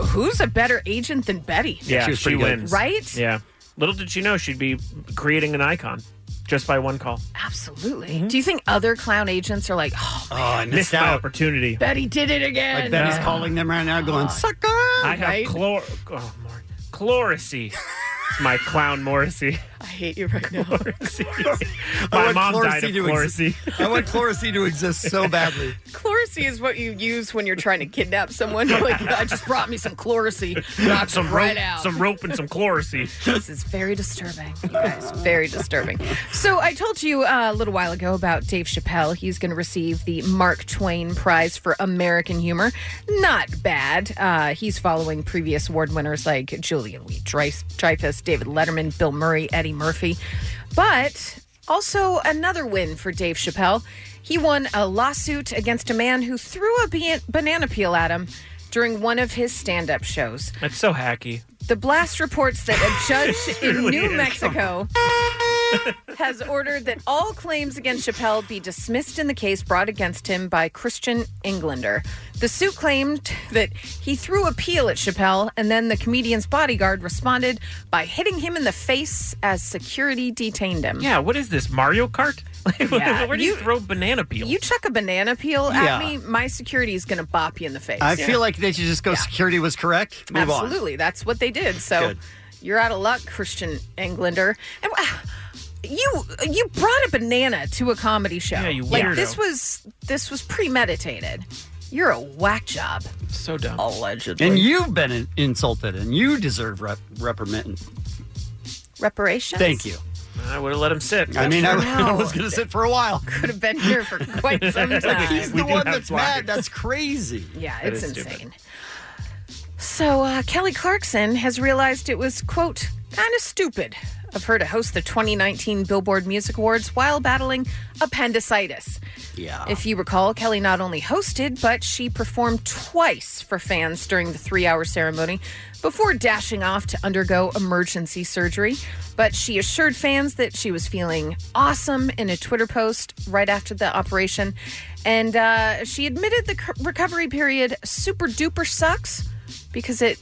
who's a better agent than Betty? Yeah, She she, was pretty good. wins. Right? Yeah. Little did she know she'd be creating an icon just by one call. Absolutely. Mm-hmm. Do you think other clown agents are like, oh, Oh, I missed my opportunity. Betty did it again? Like Betty's calling them right now, Oh, going, "Sucker!" I have chlor. Oh, Mor- Chlorissy. It's my clown Morrissey. I hate you right now. I My want mom died Chlorissy of to ex- Chlorissy. I want Chlorissy to exist so badly. Chloracy is what you use when you're trying to kidnap someone. You're like, I just brought me some Chloracy. Knocked some him right rope, out. some rope, and some Chlorissy. This is very disturbing, you guys. Very disturbing. So I told you uh, a little while ago about Dave Chappelle. He's going to receive the Mark Twain Prize for American Humor. Not bad. Uh, he's following previous award winners like Julian Lee Dri- Dreyfus, David Letterman, Bill Murray, Eddie Murphy. But also another win for Dave Chappelle. He won a lawsuit against a man who threw a ban- banana peel at him during one of his stand-up shows. That's so hacky. The blast reports that a judge It in really New is. Mexico has ordered that all claims against Chappelle be dismissed in the case brought against him by Christian Englander. The suit claimed that he threw a peel at Chappelle, and then the comedian's bodyguard responded by hitting him in the face as security detained him. Yeah, what is this, Mario Kart? Like, Yeah, Where do you, throw banana peel? You chuck a banana peel Yeah. at me, my security is going to bop you in the face. I feel like they should just go. Security was correct. Move on. Absolutely. That's what they did. So Good. you're out of luck, Christian Englander. And ah, you you brought a banana to a comedy show. Yeah, you like weirdo. this was this was premeditated. You're a whack job. So dumb. Allegedly. And you've been in- insulted, and you deserve rep- reprimand. Reparations. Thank you. I would have let him sit. I mean, I, I Wow. was going to sit for a while. Could have been here for quite some Like, time. he's the one that's mad. That's crazy. Yeah, it's insane. So uh, Kelly Clarkson has realized it was, quote, kind of stupid of her to host the 2019 Billboard Music Awards while battling appendicitis. Yeah. If you recall, Kelly not only hosted, but she performed twice for fans during the three hour ceremony before dashing off to undergo emergency surgery. But she assured fans that she was feeling awesome in a Twitter post right after the operation. And uh, she admitted the c- recovery period super duper sucks because it.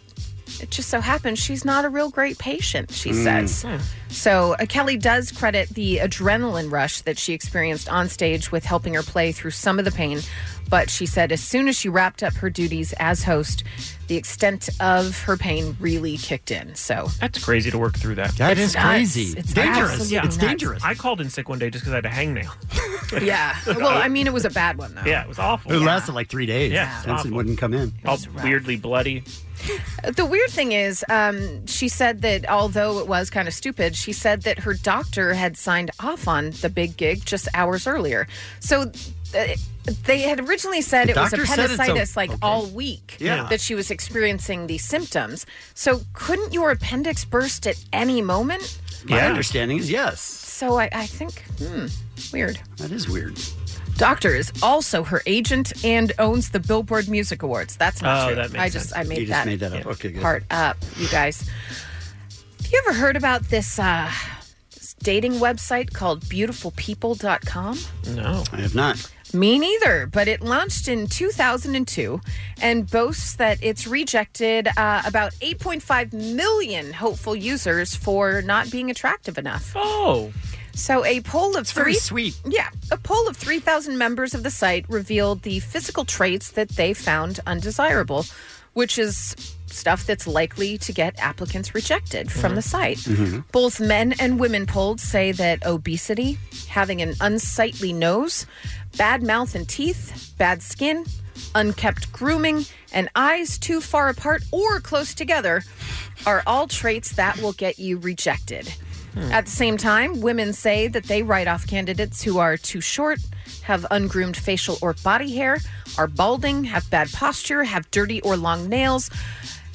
It just so happens she's not a real great patient, she Mm. says. Hmm. So uh, Kelly does credit the adrenaline rush that she experienced on stage with helping her play through some of the pain. But she said as soon as she wrapped up her duties as host, the extent of her pain really kicked in. So That's crazy to work through that. That It's is nuts. crazy. It's Dangerous. absolutely It's nuts. dangerous. I called in sick one day just because I had a hangnail. Oh. yeah, well, I mean, it was a bad one though. Yeah, it was awful. It lasted like three days. Yeah, it's Jensen awful. wouldn't come in. All weirdly bloody. The weird thing is, um, she said that although it was kind of stupid, she said that her doctor had signed off on the big gig just hours earlier. So uh, they had originally said The it was doctor said it's o- appendicitis like okay. all week Yeah. that she was experiencing these symptoms. So couldn't your appendix burst at any moment? My understanding is yes. So I, I think, hmm, weird. That is weird. Doctor is also her agent and owns the Billboard Music Awards. That's not Oh, true. that makes I just sense. I made You just that, made that up. Okay, good. part up, you guys. Have you ever heard about this uh, dating website called beautifulpeople.com? No. I have not. Me neither, but it launched in 2002 and boasts that it's rejected uh, about 8.5 million hopeful users for not being attractive enough. Oh. So a poll of it's very three sweet. Yeah, a poll of 3,000 members of the site revealed the physical traits that they found undesirable, which is stuff that's likely to get applicants rejected from the site. Mm-hmm. Mm-hmm. Both men and women polled say that obesity, having an unsightly nose, bad mouth and teeth, bad skin, unkept grooming, and eyes too far apart or close together are all traits that will get you rejected. Hmm. At the same time, women say that they write off candidates who are too short, have ungroomed facial or body hair, are balding, have bad posture, have dirty or long nails,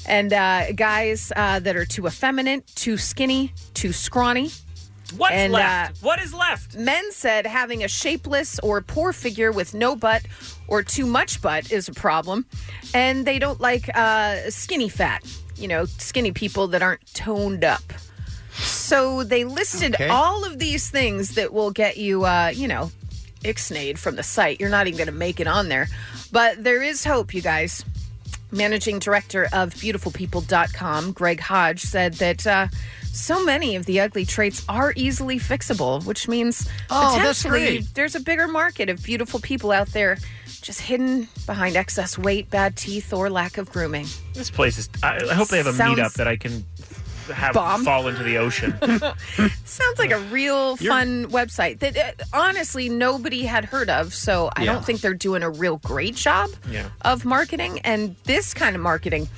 and uh, guys uh, that are too effeminate, too skinny, too scrawny. What's And, left? uh, what is left? Men said having a shapeless or poor figure with no butt or too much butt is a problem, and they don't like uh, skinny fat. You know, skinny people that aren't toned up. So they listed Okay. all of these things that will get you, uh, you know, ixnayed from the site. You're not even going to make it on there, but there is hope, you guys. Managing director of beautifulpeople.com, Greg Hodge, said that uh, so many of the ugly traits are easily fixable, which means Oh, that's potentially great. there's a bigger market of beautiful people out there just hidden behind excess weight, bad teeth, or lack of grooming. This place is. I, I hope they have a Sounds- meetup that I can have Bomb. fall into the ocean. Sounds like a real You're- fun website that uh, honestly nobody had heard of, so I Yeah. don't think they're doing a real great job Yeah. of marketing. And this kind of marketing,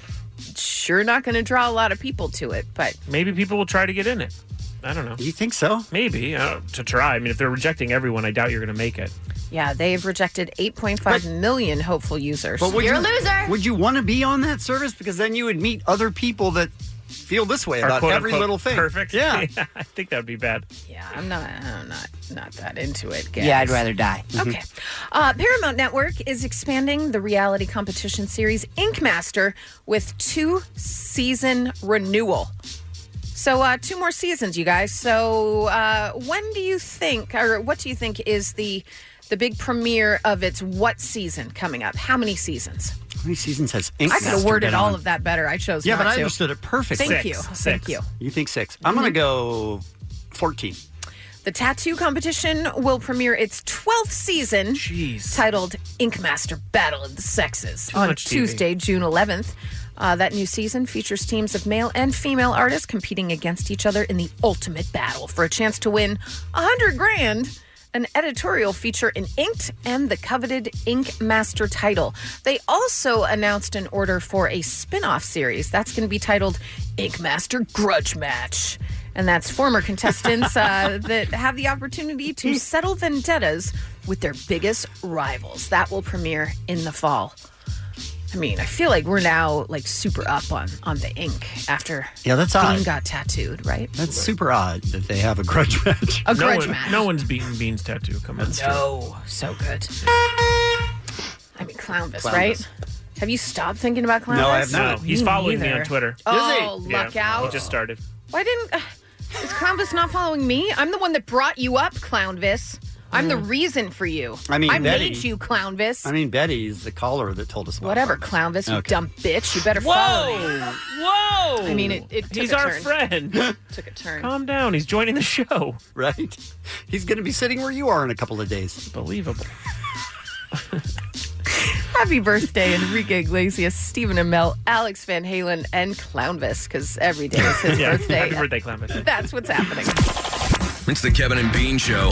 sure not going to draw a lot of people to it, but Maybe people will try to get in it. I don't know. You think so? Maybe uh, to try. I mean, if they're rejecting everyone, I doubt you're going to make it. yeah, they've rejected 8.5 million hopeful users. Would you want to be on that service? Because then you would meet other people that feel this way Are about quote, every unquote, little thing. Perfect. Yeah. I think that would be bad. Yeah, I'm not. I'm not. Not that into it. Guys. Yeah, I'd rather die. Okay. Uh, Paramount Network is expanding the reality competition series Ink Master with two season renewal. So uh, two more seasons, you guys. So uh, when do you think, or what do you think is the the big premiere of its what season coming up? How many seasons? How many seasons has Ink I could have Master worded been all on? of that better. I chose. Yeah, not but I to. understood it perfectly. Thank you. Thank you. Mm-hmm. You think 6 i I'm going to go 14. The tattoo competition will premiere its 12th season, titled Ink Master Battle of the Sexes, Too on much TV. Tuesday, June 11th. Uh, that new season features teams of male and female artists competing against each other in the ultimate battle for a chance to win 100 grand, an editorial feature in Inked, and the coveted Ink Master title. They also announced an order for a spin off series that's going to be titled Ink Master Grudge Match. And that's former contestants uh, that have the opportunity to settle vendettas with their biggest rivals. That will premiere in the fall. I mean, I feel like we're now like super up on on the ink after Yeah, that's Bean odd. got tattooed, right? That's super odd that they have a grudge match. A grudge match. No one's beaten Bean's tattoo. Come on. No, so good. I mean, Clownvis, Clownvis. right? Have you stopped thinking about Clownvis? No, I have not. No, he's Me following me neither. on Twitter. Oh, Yeah, luck out! He just started. Why didn't uh, is Clownvis not following me? I'm the one that brought you up, Clownvis. I'm the reason for you. Mm. I mean, I Betty- made you, Clownvis. I mean, Betty's the caller that told us about Whatever, Clownvis, you Okay. dumb bitch. You better Whoa! follow me. Whoa! I mean, it, it took He's a our turn. friend. took a turn. Calm down. He's joining the show. Right? He's going to be sitting where you are in a couple of days. Believable. Happy birthday, Enrique Iglesias, Stephen Amell, Alex Van Halen, and Clownvis, because every day is his Yeah, birthday. happy birthday, Clownvis. That's what's happening. It's the Kevin and Bean Show.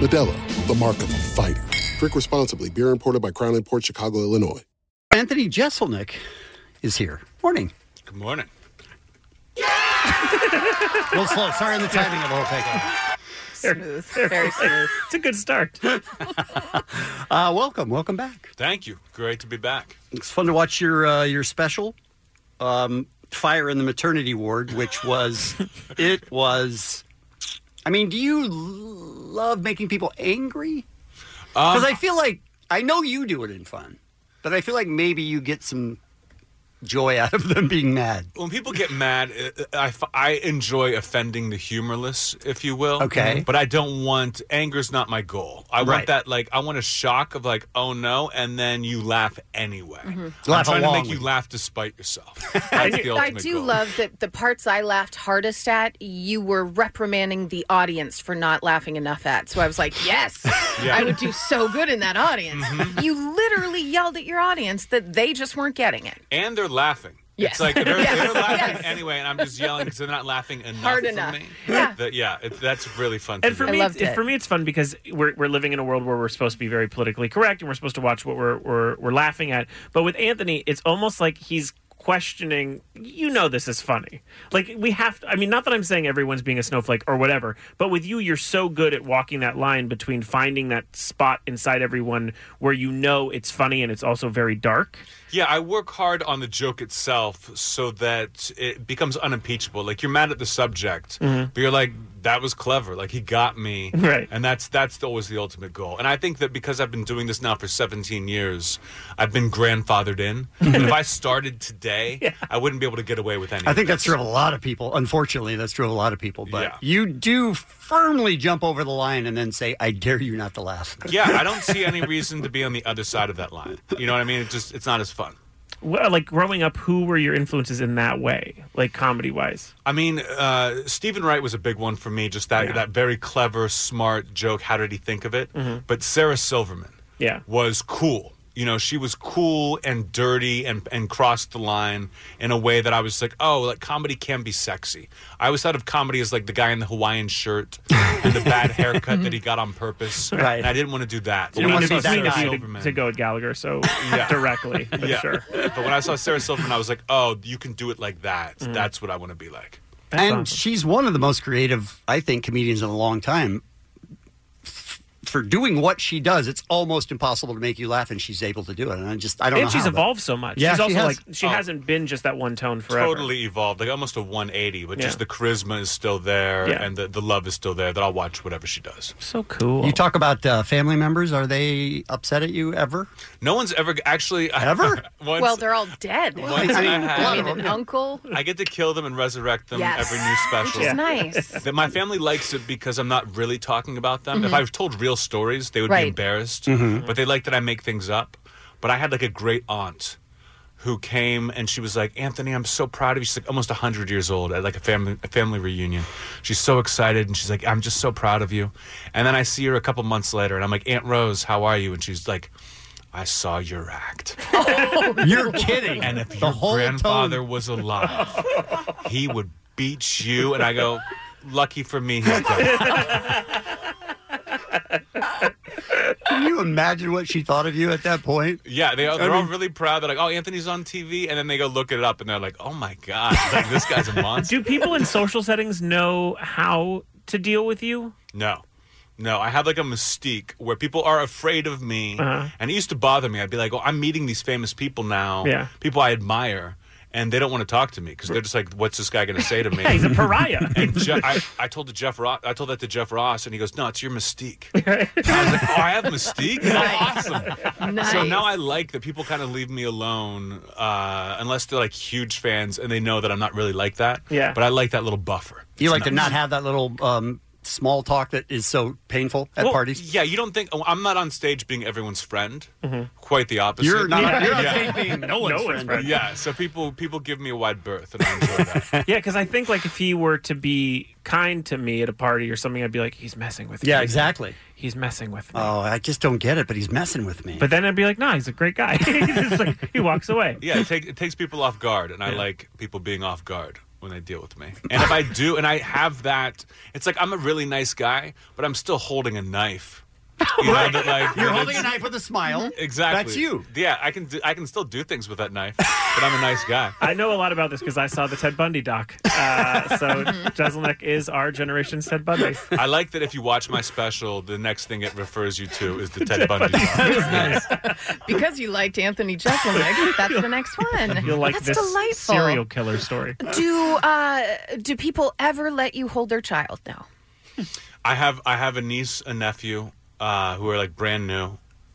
Medela, the mark of a fighter. Drink responsibly. Beer imported by Crown Port Chicago, Illinois. Anthony Jesselnick is here. Morning. Good morning. A little slow. Sorry on the timing of the whole takeoff. Smooth. Very smooth. it's a good start. Uh, welcome. Welcome back. Thank you. Great to be back. It's fun to watch your uh, your special, um, Fire in the Maternity Ward, which was, it was, I mean, do you l- love making people angry? Because I feel like, I know you do it in fun, but I feel like maybe you get some joy out of them being mad. When people get mad, uh, I, f- I enjoy offending the humorless, if you will. Mm-hmm. Okay. But I don't want anger's not my goal. I Right. want that like I want a shock of like oh no, and then you laugh anyway. I'm Laugh trying to along make with you you. laugh despite yourself. Mm-hmm. I, That's the do- I ultimate do goal. love that the parts I laughed hardest at, you were reprimanding the audience for not laughing enough at. So I was like, yes, Yeah. Mm-hmm. I would do so good in that audience. You literally yelled at your audience that they just weren't getting it. and they're laughing. Yes. It's like they're, Yes. they're laughing Yes. anyway, and I'm just yelling because they're not laughing enough Hard for enough. me. Yeah. That- yeah, it, that's really fun. And to for do. me, it's, for me, it's fun because we're, we're living in a world where we're supposed to be very politically correct and we're supposed to watch what we're, we're we're laughing at. But with Anthony, it's almost like he's questioning. You know, this is funny. Like we have. To, I mean, not that I'm saying everyone's being a snowflake or whatever, but with you, you're so good at walking that line between finding that spot inside everyone where you know it's funny and it's also very dark. Yeah, I work hard on the joke itself so that it becomes unimpeachable. Like you're mad at the subject, Mhm. but you're like, "That was clever. Like he got me." Right. And that's that's the- always the ultimate goal. And I think that because I've been doing this now for 17 years, I've been grandfathered in. and if I started today, I wouldn't be able to get away with anything. I think that's true of a lot of people. Unfortunately, that's true of a lot of people. But you do firmly jump over the line and then say, I dare you not to laugh. yeah, I don't see any reason to be on the other side of that line. You know what I mean? It's just it's not as fun. Well, like growing up, who were your influences in that way, like comedy wise? I mean, uh, Stephen Wright was a big one for me. Oh, Just that that very clever, smart joke. How did he think of it? Mhm. But Sarah Silverman Yeah. was cool. You know, she was cool and dirty and and crossed the line in a way that I was like, oh, like comedy can be sexy. I always thought of comedy as like the guy in the Hawaiian shirt and the bad haircut that he got on purpose. Right. And I didn't want to do that. You didn't When want I to be saw seen Sarah as you to, Silverman- to go at Gallagher so directly. But sure. But when I saw Sarah Silverman, I was like, oh, you can do it like that. Mm-hmm. Mhm. That's what I want to be like. and she's one of the most creative, I think, comedians in a long time. F- For doing what she does, it's almost impossible to make you laugh, and she's able to do it. And I just, I don't and know. she's how, but- evolved so much. Yeah, she's she also has. like she Oh. hasn't been just that one tone forever. Totally evolved, like almost a 180, but just Yeah. the charisma is still there Yeah. and the, the love is still there that I'll watch whatever she does. So cool. You talk about uh, family members. Are they upset at you ever? No one's ever actually. Ever? once, well, they're all dead. Once I had- I mean, an uncle. I get to kill them and resurrect them Yes. every new special. Which is nice. That my family likes it because I'm not really talking about them. If Mhm. I told real stories, they would Right. be embarrassed. Mhm. But they like that I make things up. But I had like a great aunt who came and she was like, "Anthony, I'm so proud of you." She's like almost 100 years old at like a family a family reunion. She's so excited and she's like, "I'm just so proud of you." And then I see her a couple months later and I'm like, "Aunt Rose, how are you?" And she's like, "I saw your act." You're kidding. And if The your whole grandfather was alive, he would beat you. And I go, lucky for me, he's dead. Can you imagine what she thought of you at that point? Yeah, they, are- I they're all mean- really proud. They're like, oh, Anthony's on TV. And then they go look it up and they're like, oh my God, like, this guy's a monster. Do people in social settings know how to deal with you? No. No, I have like a mystique where people are afraid of me. Uh-huh. And it used to bother me. I'd be like, oh, I'm meeting these famous people now, Yeah. people I admire. And they don't want to talk to me because they're just like, "What's this guy going to say to me?" Yeah, he's a pariah. And Je- I, I told to Jeff Ross, I told that to Jeff Ross, and he goes, "No, it's your mystique." And I was like, "Oh, I have mystique. Oh, awesome." Nice. So now I like that people kind of leave me alone uh, unless they're like huge fans and they know that I'm not really like that. Yeah. But I like that little buffer. You It's like to nice. not have that little um, small talk that is so painful at Well, parties? Yeah, you don't think oh, I'm not on stage being everyone's friend. mm-hmm. Quite the opposite. You're not- Yeah. you're on stage being no one's friend. Yeah, so people people give me a wide berth. And I'm, yeah, because I think like if he were to be kind to me at a party or something, I'd be like, he's messing with me. Yeah, exactly. He's messing with me. Oh, I just don't get it, but he's messing with me. But then I'd be like, nah, he's a great guy. It's like, he walks away. yeah, it, take, it takes people off guard, and I like people being off guard when they deal with me. And if I do, and I have that, it's like I'm a really nice guy, but I'm still holding a knife. You know, that, like, You're that holding a it's- knife with a smile. Exactly. That's you. Yeah, I can do, I can still do things with that knife, but I'm a nice guy. I know a lot about this because I saw the Ted Bundy doc. Uh, so Jeselnik is our generation's Ted Bundy. I like that if you watch my special, the next thing it refers you to is the Ted Bundy. Because you liked Anthony Jeselnik, that's the next one. You'll like that's this delightful. serial killer story. Do uh, do people ever let you hold their child now? I have I have a niece, a nephew, uh, who are like brand new.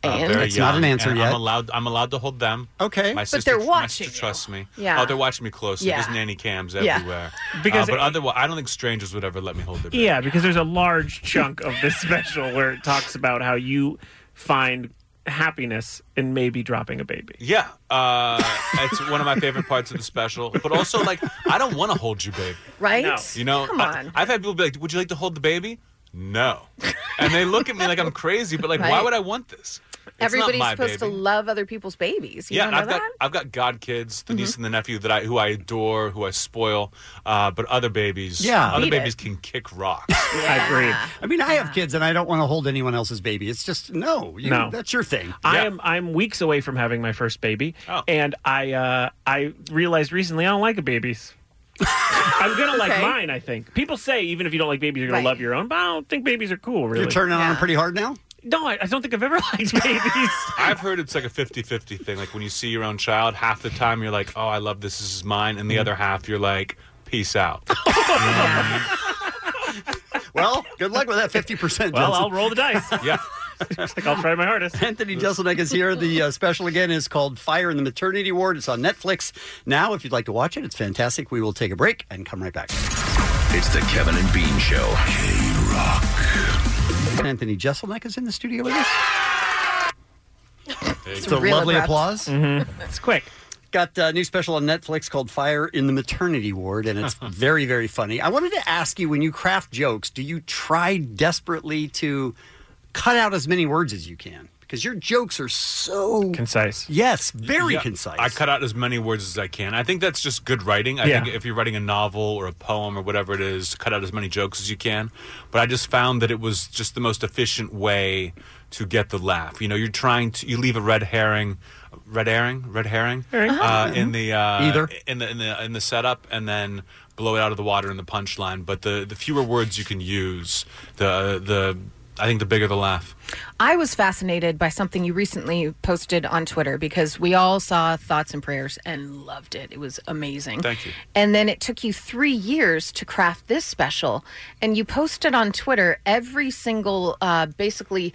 Uh, And? very That's not young, an answer and yet. I'm allowed. I'm allowed to hold them. Okay, my But sister, my they're sister watching you. trusts me. Yeah. Oh, they're watching me closely. Yeah. There's nanny cams Yeah. everywhere. Because Because but otherwise, I don't think strangers would ever let me hold their. Yeah, because there's a large chunk of this special where it talks about how you find happiness in maybe dropping a baby. Yeah, uh, it's one of my favorite parts of the special. But also, like, I don't want to hold you, baby. Right? No. You know, Come I, on. have had people be like, "Would you like to hold the baby?" No, and they look at me like I'm crazy. But like, why Right. would I want this? It's not Everybody's my supposed baby. to love other people's babies. You yeah, don't and know I've that? Mm-hmm. got I've got god kids, the niece and the nephew that I who I adore, who I spoil. Uh, but other babies, Yeah. other Beat babies it. can kick rocks. I agree. I mean, I have kids, and I don't want to hold anyone else's baby. It's just no, you, No. that's your thing. I am I'm weeks away from having my first baby, and I uh, I realized recently I don't like babies. I'm gonna like Okay. mine. I think people say even if you don't like babies, you're gonna Right. love your own. But I don't think babies are cool. Really, You're turning on them pretty hard now. No, I, I don't think I've ever liked babies. I've heard it's like a 50-50 thing. Like when you see your own child, half the time you're like, "Oh, I love this. This is mine," Mm-hmm. and the other half you're like, "Peace out." Well, good luck with that fifty percent. Well, I'll roll the dice. yeah, I'll try my hardest. Anthony Jeselnik is here. The uh, special again is called "Fire in the Maternity Ward." It's on Netflix now. If you'd like to watch it, it's fantastic. We will take a break and come right back. It's the Kevin and Bean Show. K Rock. Anthony Jeselnik is in the studio with us. It's a Real lovely abrupt. applause. It's quick. Got a new special on Netflix called Fire in the Maternity Ward, and Uh-huh. it's very, very funny. I wanted to ask you when you craft jokes, do you try desperately to cut out as many words as you can? Because your jokes are so concise. Yes, very Yeah, concise. I cut out as many words as I can. I think that's just good writing. I Yeah. think if you're writing a novel or a poem or whatever it is, cut out as many jokes as you can. But I just found that it was just the most efficient way to get the laugh. You know, you're trying to you leave a red herring, red herring, red herring, Herring. Uh-huh. Uh, in the uh, Either. in the in the in the setup, and then blow it out of the water in the punchline. But the the fewer words you can use, the the I think the bigger the laugh. I was fascinated by something you recently posted on Twitter because we all saw Thoughts and Prayers and loved it. It was amazing. Thank you. And then it took you three years to craft this special. And you posted on Twitter every single, uh, basically,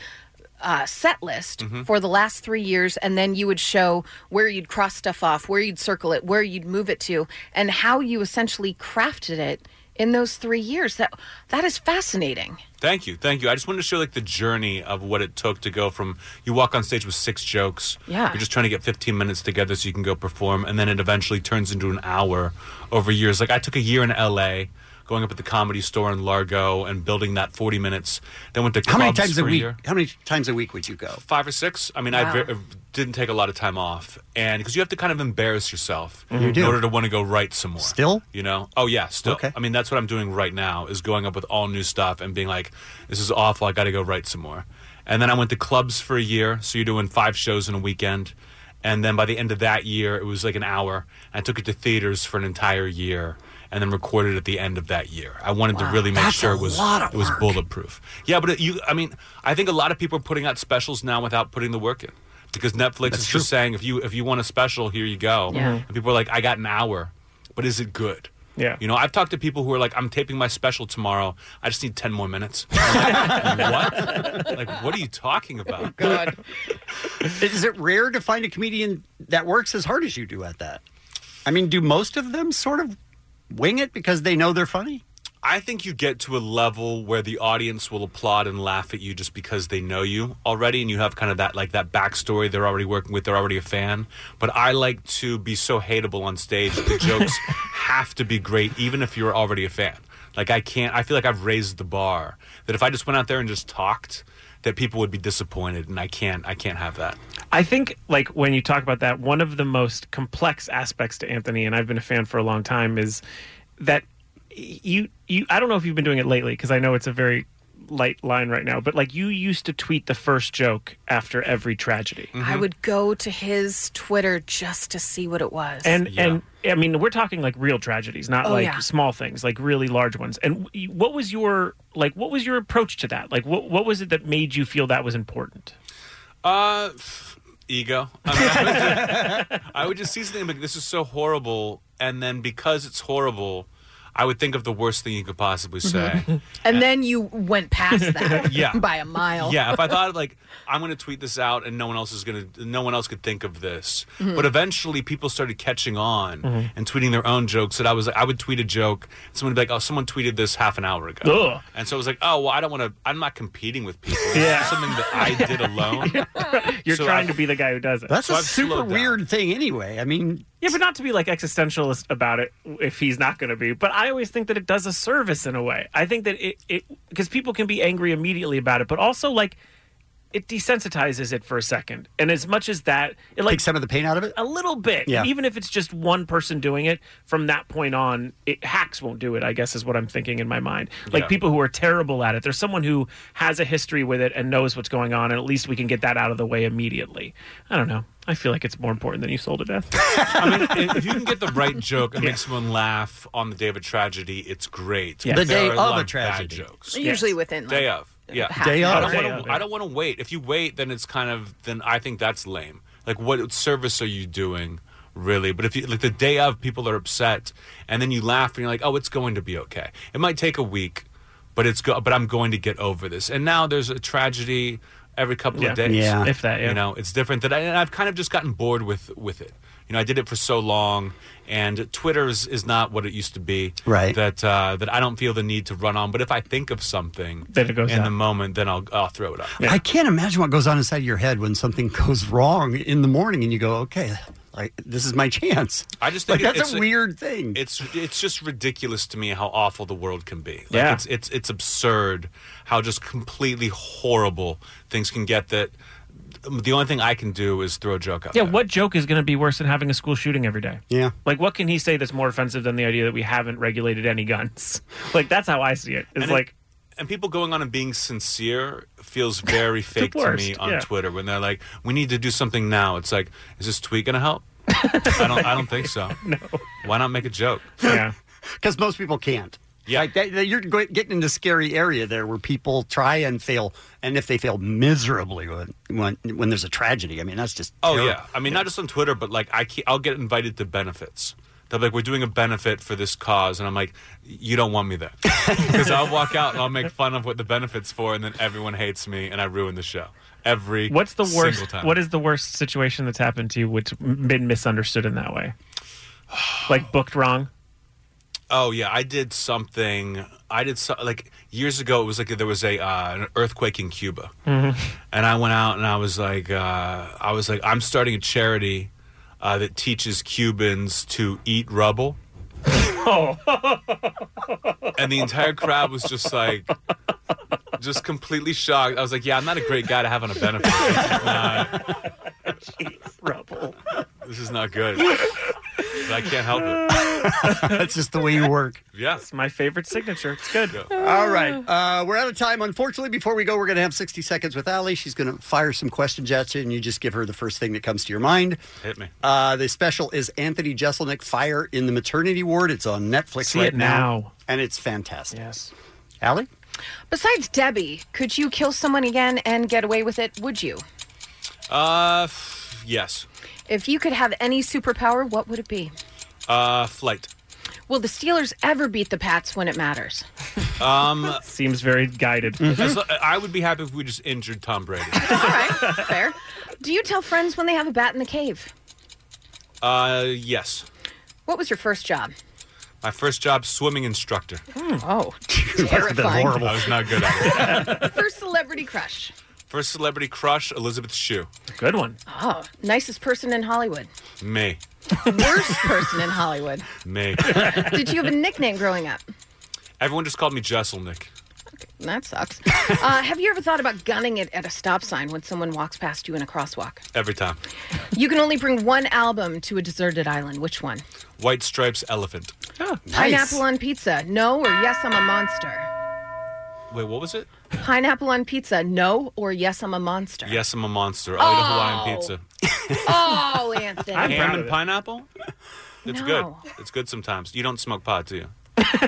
uh, set list Mm-hmm. Mhm. for the last three years. And then you would show where you'd cross stuff off, where you'd circle it, where you'd move it to, and how you essentially crafted it in those three years. That That is fascinating. Thank you, thank you. I just wanted to show like the journey of what it took to go from you walk on stage with six jokes. Yeah. You're just trying to get 15 minutes together so you can go perform, and then it eventually turns into an hour over years. Like I took a year in LA, going up at the Comedy Store in Largo and building that 40 minutes. Then went to How many clubs times a for week? year. How many times a week would you go? Five or six. I mean, I Wow. ver- uh, didn't take a lot of time off, and because you have to kind of embarrass yourself Mhm. You Mm-hmm. in do. order to want to go write some more. Still? You know? Oh yeah, still. Okay. I mean, that's what I'm doing right now is going up with all new stuff and being like, this is awful. I got to go write some more. And then I went to clubs for a year, so you're doing five shows in a weekend. And then by the end of that year, it was like an hour. I took it to theaters for an entire year, and then recorded at the end of that year. I wanted Wow. to really make That's sure a it was lot of it was work. bulletproof. Yeah, but it, you, I mean, I think a lot of people are putting out specials now without putting the work in because Netflix is just saying if you if you want a special, here you go. Yeah. And people are like, I got an hour, but is it good? Yeah. You know, I've talked to people who are like, I'm taping my special tomorrow. I just need ten more minutes. I'm like, what? Like, what are you talking about? God. Is it rare to find a comedian that works as hard as you do at that? I mean, do most of them sort of wing it because they know they're funny? I think you get to a level where the audience will applaud and laugh at you just because they know you already and you have kind of that like that backstory they're already working with, they're already a fan. But I like to be so hateable on stage that the jokes have to be great even if you're already a fan. Like I can't I feel like I've raised the bar that if I just went out there and just talked that people would be disappointed and I can't I can't have that. I think, like, when you talk about that, one of the most complex aspects to Anthony, and I've been a fan for a long time, is that you, you I don't know if you've been doing it lately because I know it's a very light line right now, but like, you used to tweet the first joke after every tragedy. I would go to his Twitter just to see what it was. And and I mean, we're talking like real tragedies, not Oh, like yeah. small things, like really large ones. And w- what was your like? What was your approach to that? Like, what what was it that made you feel that was important? Uh, pff, ego. I, mean, I would just, I would just see something like this is so horrible, and then because it's horrible, I would think of the worst thing you could possibly say. Mm-hmm. and then you went past that Mm-hmm. Yeah. by a mile. Yeah, if I thought of like I'm going to tweet this out and no one else is going to no one else could think of this. Mhm. But eventually people started catching on Mhm. and tweeting their own jokes that I was like I would tweet a joke someone would be like oh someone tweeted this half an hour ago. Ugh. And so I was like oh well I don't want to I'm not competing with people. Yeah. something that I did alone. You're So trying I- to be the guy who does it. That's So a I've super slowed down. weird thing, anyway. I mean, yeah, but not to be like existentialist about it if he's not going to be. But I always think that it does a service in a way. I think that it it because people can be angry immediately about it, but also like it desensitizes it for a second. And as much as that, it like takes some of the pain out of it a little bit. Yeah. And even if it's just one person doing it, from that point on, it hacks won't do it. I guess is what I'm thinking in my mind. Like Yeah. people who are terrible at it. There's someone who has a history with it and knows what's going on, and at least we can get that out of the way immediately. I don't know. I feel like it's more important than you sold to death. I mean, if- if you can get the right joke and make someone laugh on the day of a tragedy, it's great. Yeah. But The there day are of lot a bad tragedy. jokes. Usually within, like, day of. Yeah, half Day an I hour. don't Day wanna- of, I don't want to wait. If you wait, then it's kind of then I think that's lame. Like, what service are you doing, really? But if you like the day of, people are upset, and then you laugh and you're like, oh, it's going to be okay. It might take a week, but it's go- but I'm going to get over this. And now there's a tragedy every couple Yeah. of days. Yeah. If that, yeah. You know, it's different that I, and I've kind of just gotten bored with with it. You know, I did it for so long, and Twitter is, is not what it used to be. Right. That uh, that I don't feel the need to run on. But if I think of something Then it goes in out. the moment, then I'll I'll throw it up. I can't imagine what goes on inside your head when something goes wrong in the morning and you go, okay, like this is my chance. I just like think that's it's a weird thing. It's it's just ridiculous to me how awful the world can be. Like Yeah. it's it's it's absurd how just completely horrible things can get. That the only thing I can do is throw a joke out. Yeah, what joke is going to be worse than having a school shooting every day? Yeah. Like, what can he say that's more offensive than the idea that we haven't regulated any guns? Like, that's how I see it. It's And it- like, and people going on and being sincere feels very fake to worst, me on yeah. Twitter when they're like, "We need to do something now." It's like, is this tweet going to help? I don't. I don't think so. No. Why not make a joke? Yeah. Because most people can't. Yeah. Like that, that- you're go- getting into scary area there where people try and fail. And if they fail miserably when, when, when there's a tragedy, I mean, that's just. Oh terrible. yeah, I mean not just on Twitter, but like I ke- I'll get invited to benefits. They're like, we're doing a benefit for this cause, and I'm like, you don't want me there because I'll walk out and I'll make fun of what the benefits for, and then everyone hates me and I ruin the show every. what's the Single worst? time. What is the worst situation that's happened to you which m- been misunderstood in that way? Like booked wrong. Oh yeah, I did something. I did so, like years ago. It was like there was a uh, an earthquake in Cuba. Mm-hmm. and I went out and I was like, uh, I was like, I'm starting a charity uh, that teaches Cubans to eat rubble. and the entire crowd was just like, just completely shocked. I was like, yeah, I'm not a great guy to have on a benefit. rubble. This is not good. But I can't help it. that's just the way you work. Yeah. It's my favorite signature. It's good. All right. Uh, we're out of time. Unfortunately, before we go, we're going to have 60 seconds with Allie. She's going to fire some questions at you, and you just give her the first thing that comes to your mind. Hit me. Uh, the special is Anthony Jeselnik, Fire in the Maternity Ward. It's on Netflix See right it now. And it's fantastic. Yes. Allie? Besides Debbie, could you kill someone again and get away with it? Would you? Uh, f- yes. If you could have any superpower, what would it be? Uh, flight. Will the Steelers ever beat the Pats when it matters? Um, Seems very guided. As lo- I would be happy if we just injured Tom Brady. Fair. Do you tell friends when they have a bat in the cave? Uh, yes. What was your first job? My first job, swimming instructor. Oh, terrifying. I was not good at it. First celebrity crush. First celebrity crush, Elizabeth Shue. Good one. Oh, nicest person in Hollywood. Me. Worst person in Hollywood. Me. Did you have a nickname growing up? Everyone just called me Jesselnick. That sucks. Uh, have you ever thought about gunning it at a stop sign when someone walks past you in a crosswalk? Every time. You can only bring one album to a deserted island. Which one? White Stripes Elephant. Pineapple on pizza. No or yes, I'm a monster. Wait, what was it? Pineapple on pizza. No or yes, I'm a monster. Yes, I'm a monster. I eat a Hawaiian Oh. pizza. oh, Anthony. Ham and pineapple? It's No. good. It's good sometimes. You don't smoke pot, do you?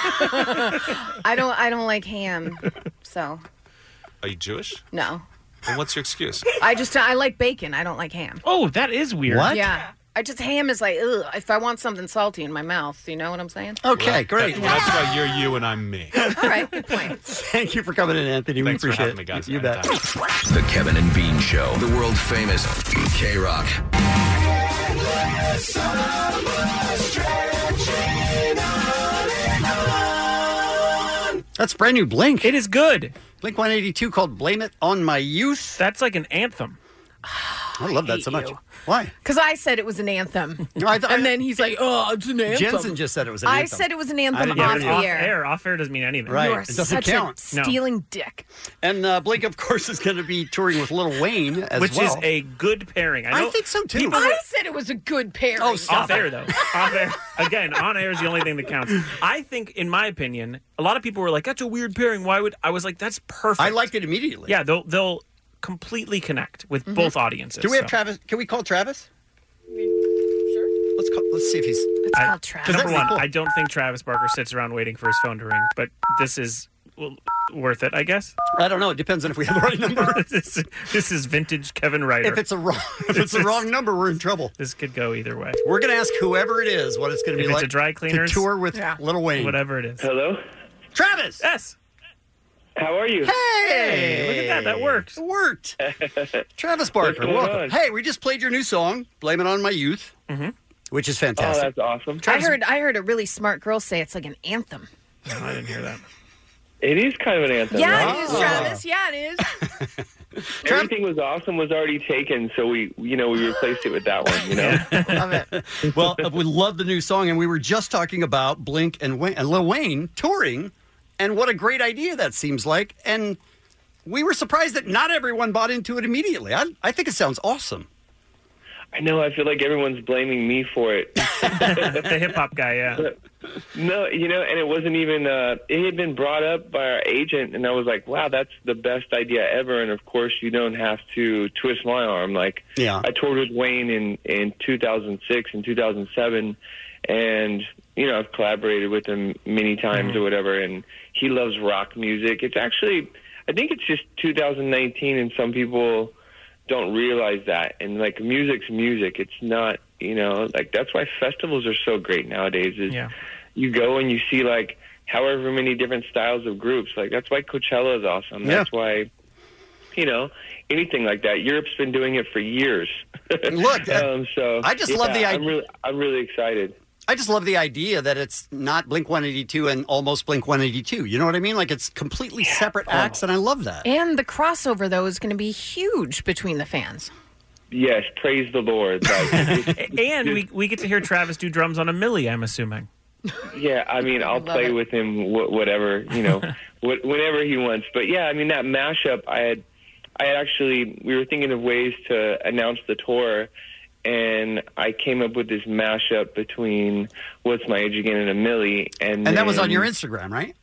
I don't. I don't like ham. So Are you Jewish? no. Then what's your excuse? I just. I like bacon. I don't like ham. Oh, that is weird. Yeah. I just ham is like ugh, if I want something salty in my mouth. You know what I'm saying? Well, that- well, that's why you're you and I'm me. All right. Good point. Thank you for coming in, Anthony. Thanks we for appreciate having me, it. guys. You, you bet. The Kevin and Bean Show, the world famous K Rock. That's brand new Blink. It is good. Blink 182 called Blame It on My Youth. That's like an anthem. I love that so much. Why? Because I said it was an anthem. and then he's like, oh, it's an anthem. Jensen just said it was an I anthem. said it was an anthem didn't off hear the it. air. Off air doesn't mean anything. Right. You are it doesn't such count. a stealing dick. And uh, Blake, of course, is going to be touring with Lil Wayne as Which well. is a good pairing. I, I know think so, too. Oh, people I were- said it was a good pairing. off air though. off air again. On air is the only thing that counts. I think, in my opinion, a lot of people were like, "That's a weird pairing. Why would?" I was like, "That's perfect." I liked it immediately. Yeah, they'll they'll completely connect with Mm-hmm. both audiences. Do we have so. Travis? Can we call Travis? Sure. Let's call. Let's see if he's. I- Does that Number one, sound cool? I don't think Travis Barker sits around waiting for his phone to ring, but this is well, worth it, I guess. I don't know. It depends on if we have the right number. this, this is vintage Kevin Ryder. If it's a wrong, if it's the wrong number, we're in trouble. This could go either way. We're going to ask whoever it is what it's going to If be it's like a dry cleaners, to tour with Little Wayne. Whatever it is. Hello, Travis. Yes. How are you? Hey, Hey, look at that. That works. It worked. Travis Barker, going welcome. on? Hey, we just played your new song, "Blame It on My Youth," Mm-hmm. which is fantastic. Oh, that's awesome. I heard I heard a really smart girl say it's like an anthem. No, I didn't hear that. It is kind of an anthem. yeah, right? it is, Travis. Yeah, it is. Ah. Everything was awesome was already taken, so we, you know, we replaced it with that one. You know, well, uh, we love the new song, and we were just talking about Blink and, Wayne, and Lil Wayne touring, and what a great idea that seems like. And we were surprised that not everyone bought into it immediately. I, I think it sounds awesome. I know. I feel like everyone's blaming me for it. the hip hop guy, yeah. No, you know, and it wasn't even. Uh, it had been brought up by our agent, and I was like, "Wow, that's the best idea ever." And of course, you don't have to twist my arm. Like, yeah, I toured with Wayne in in 2006 and 2007, and you know, I've collaborated with him many times or whatever, and he loves rock music. It's actually, I think it's just 2019, and some people don't realize that. And like, music's music. It's not, you know, like that's why festivals are so great nowadays. Is Yeah. you go and you see like however many different styles of groups. Like that's why Coachella is awesome. That's why you know anything like that. Europe's been doing it for years. Look, um, so I just love the yeah, I'm idea- really, I'm really excited. I just love the idea that it's not Blink 182 and almost Blink 182. You know what I mean? Like it's completely separate acts, and I love that. and the crossover though is going to be huge between the fans. Yes, praise the Lord. Like, And we, we get to hear Travis do drums on a Millie, I'm assuming. yeah, I mean, I'll love play it. with him wh- whatever you know, wh- whenever he wants. But yeah, I mean that mashup. I had, I had actually we were thinking of ways to announce the tour, and I came up with this mashup between what's my age again and a Millie, and And that was on then- your Instagram, right?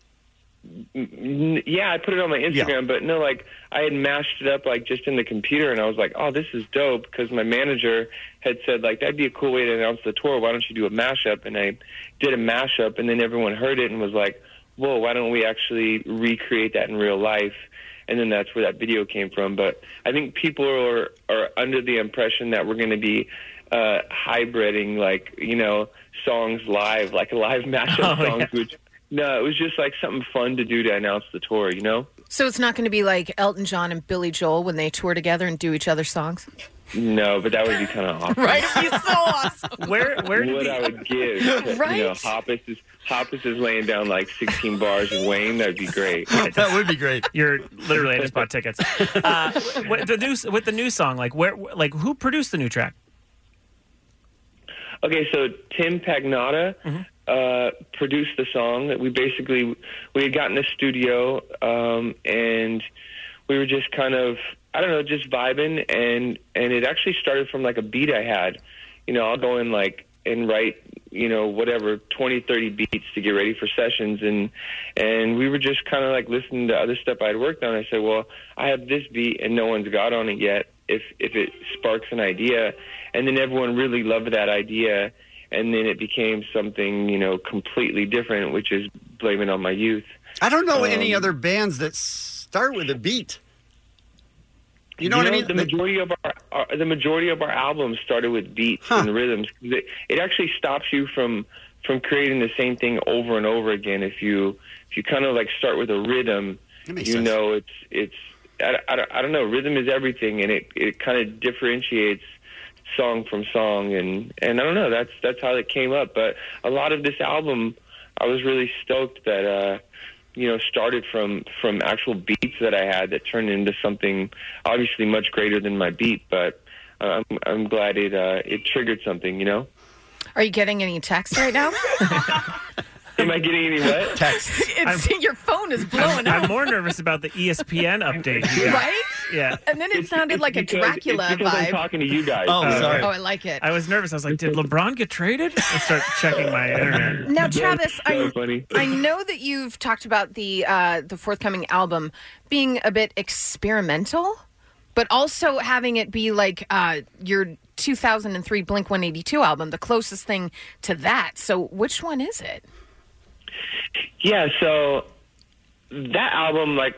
N- yeah, I put it on my Instagram, but no, like I had mashed it up like just in the computer, and I was like, oh, this is dope because my manager had said like that'd be a cool way to announce the tour. Why don't you do a mashup? And I did a mashup, and then everyone heard it and was like, whoa, why don't we actually recreate that in real life? And then that's where that video came from. But I think people are are under the impression that we're going to be uh hybriding like you know songs live, like live mashup Oh, songs, yeah. which no, it was just like something fun to do to announce the tour, you know? So it's not going to be like Elton John and Billy Joel when they tour together and do each other's songs? No, but that would be kind of awkward. Right? It'd be so awesome. Where where what I would give, Right? you know, Hoppus is Hoppus is laying down like 16 bars of Wayne. That'd be great. that would be great. You're literally I just bought tickets. Uh, with the new with the new song, like where, like who produced the new track? Okay, so Tim Pagnotta uh, produced the song. That we basically we had gotten the studio um, and we were just kind of I don't know, just vibing, and and it actually started from like a beat I had. You know, I'll go in like and write you know whatever twenty thirty beats to get ready for sessions and and we were just kind of like listening to other stuff i'd worked on i said well i have this beat and no one's got on it yet if if it sparks an idea and then everyone really loved that idea and then it became something you know completely different which is blaming on my youth I don't know any Um, other bands that start with a beat. You know what I mean? The majority of our, our the majority of our albums started with beats and rhythms. It, it actually stops you from from creating the same thing over and over again. If you if you kind of like start with a rhythm, That you makes sense. know it's it's I, I, don't- I don't know. Rhythm is everything, and it it kind of differentiates song from song and and I don't know that's that's how it came up but a lot of this album I was really stoked that uh you know started from from actual beats that I had that turned into something obviously much greater than my beat but uh, I'm I'm glad it uh it triggered something you know Are you getting any texts right now? am I getting any what text it's, your phone is I'm, blowing up. I'm more nervous about the E ESPN update. you got. Right? Yeah. And then it sounded like a Dracula vibe. to you guys. uh, Oh, sorry. Oh, I like it. I was nervous. I was like, did LeBron get traded? I start checking my internet. Now, Travis, I, funny. I know that you've talked about the uh, the forthcoming album being a bit experimental, but also having it be like uh, your 2003 Blink 182 album, the closest thing to that. So, which one is it? Yeah, so that album, like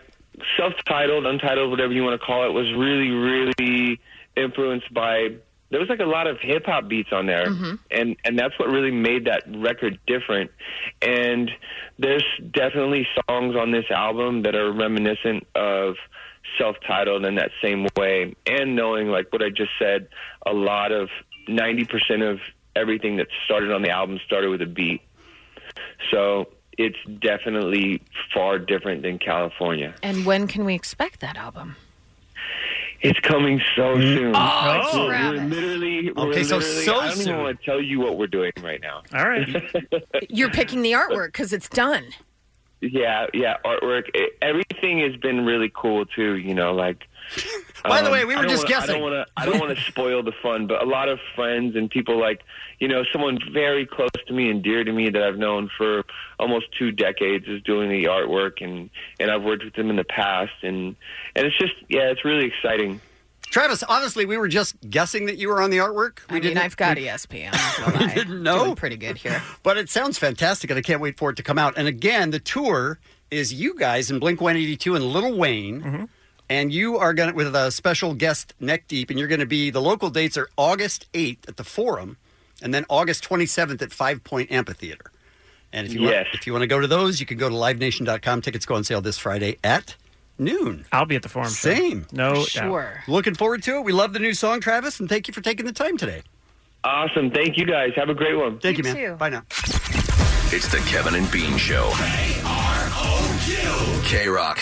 self-titled, untitled, whatever you want to call it, was really, really influenced by. There was like a lot of hip hop beats on there, and and that's what really made that record different. And there's definitely songs on this album that are reminiscent of self-titled in that same way, and knowing like what I just said, a lot of ninety percent of everything that started on the album started with a beat. So it's definitely far different than California. And when can we expect that album? It's coming so soon. Oh, We're- Travis. Mm-hmm. we're literally. we're Okay, so literally- so I don't soon. even want to tell you what we're doing right now. All right. You're picking the artwork because it's done. yeah, yeah. Artwork. It- everything has been really cool too. You know, like. um, By the way, we I were don't just wanna- guessing. I don't want to spoil the fun, but a lot of friends and people like, you know, someone very close to me and dear to me that I've known for almost two decades is doing the artwork, and and I've worked with them in the past, and and it's just yeah, it's really exciting. Travis, honestly, we were just guessing that you were on the artwork. We I mean, didn't- I've got E ESPN. we didn't know. pretty good here. But it sounds fantastic, and I can't wait for it to come out. And again, the tour is you guys in Blink 182 and Little Wayne. Mm-hmm. And you are going to, with a special guest, Neck Deep, and you're going to be, the local dates are August 8th at the Forum, and then August 27th at Five Point Amphitheater. And if you, Yes. want, if you want to go to those, you can go to livenation.com. Tickets go on sale this Friday at noon. I'll be at the Forum. sure. Same. No For doubt. sure. Looking forward to it. We love the new song, Travis, and thank you for taking the time today. Awesome. Thank you guys. Have a great one. Thank you, man. Bye now. It's the Kevin and Bean Show. K Rock.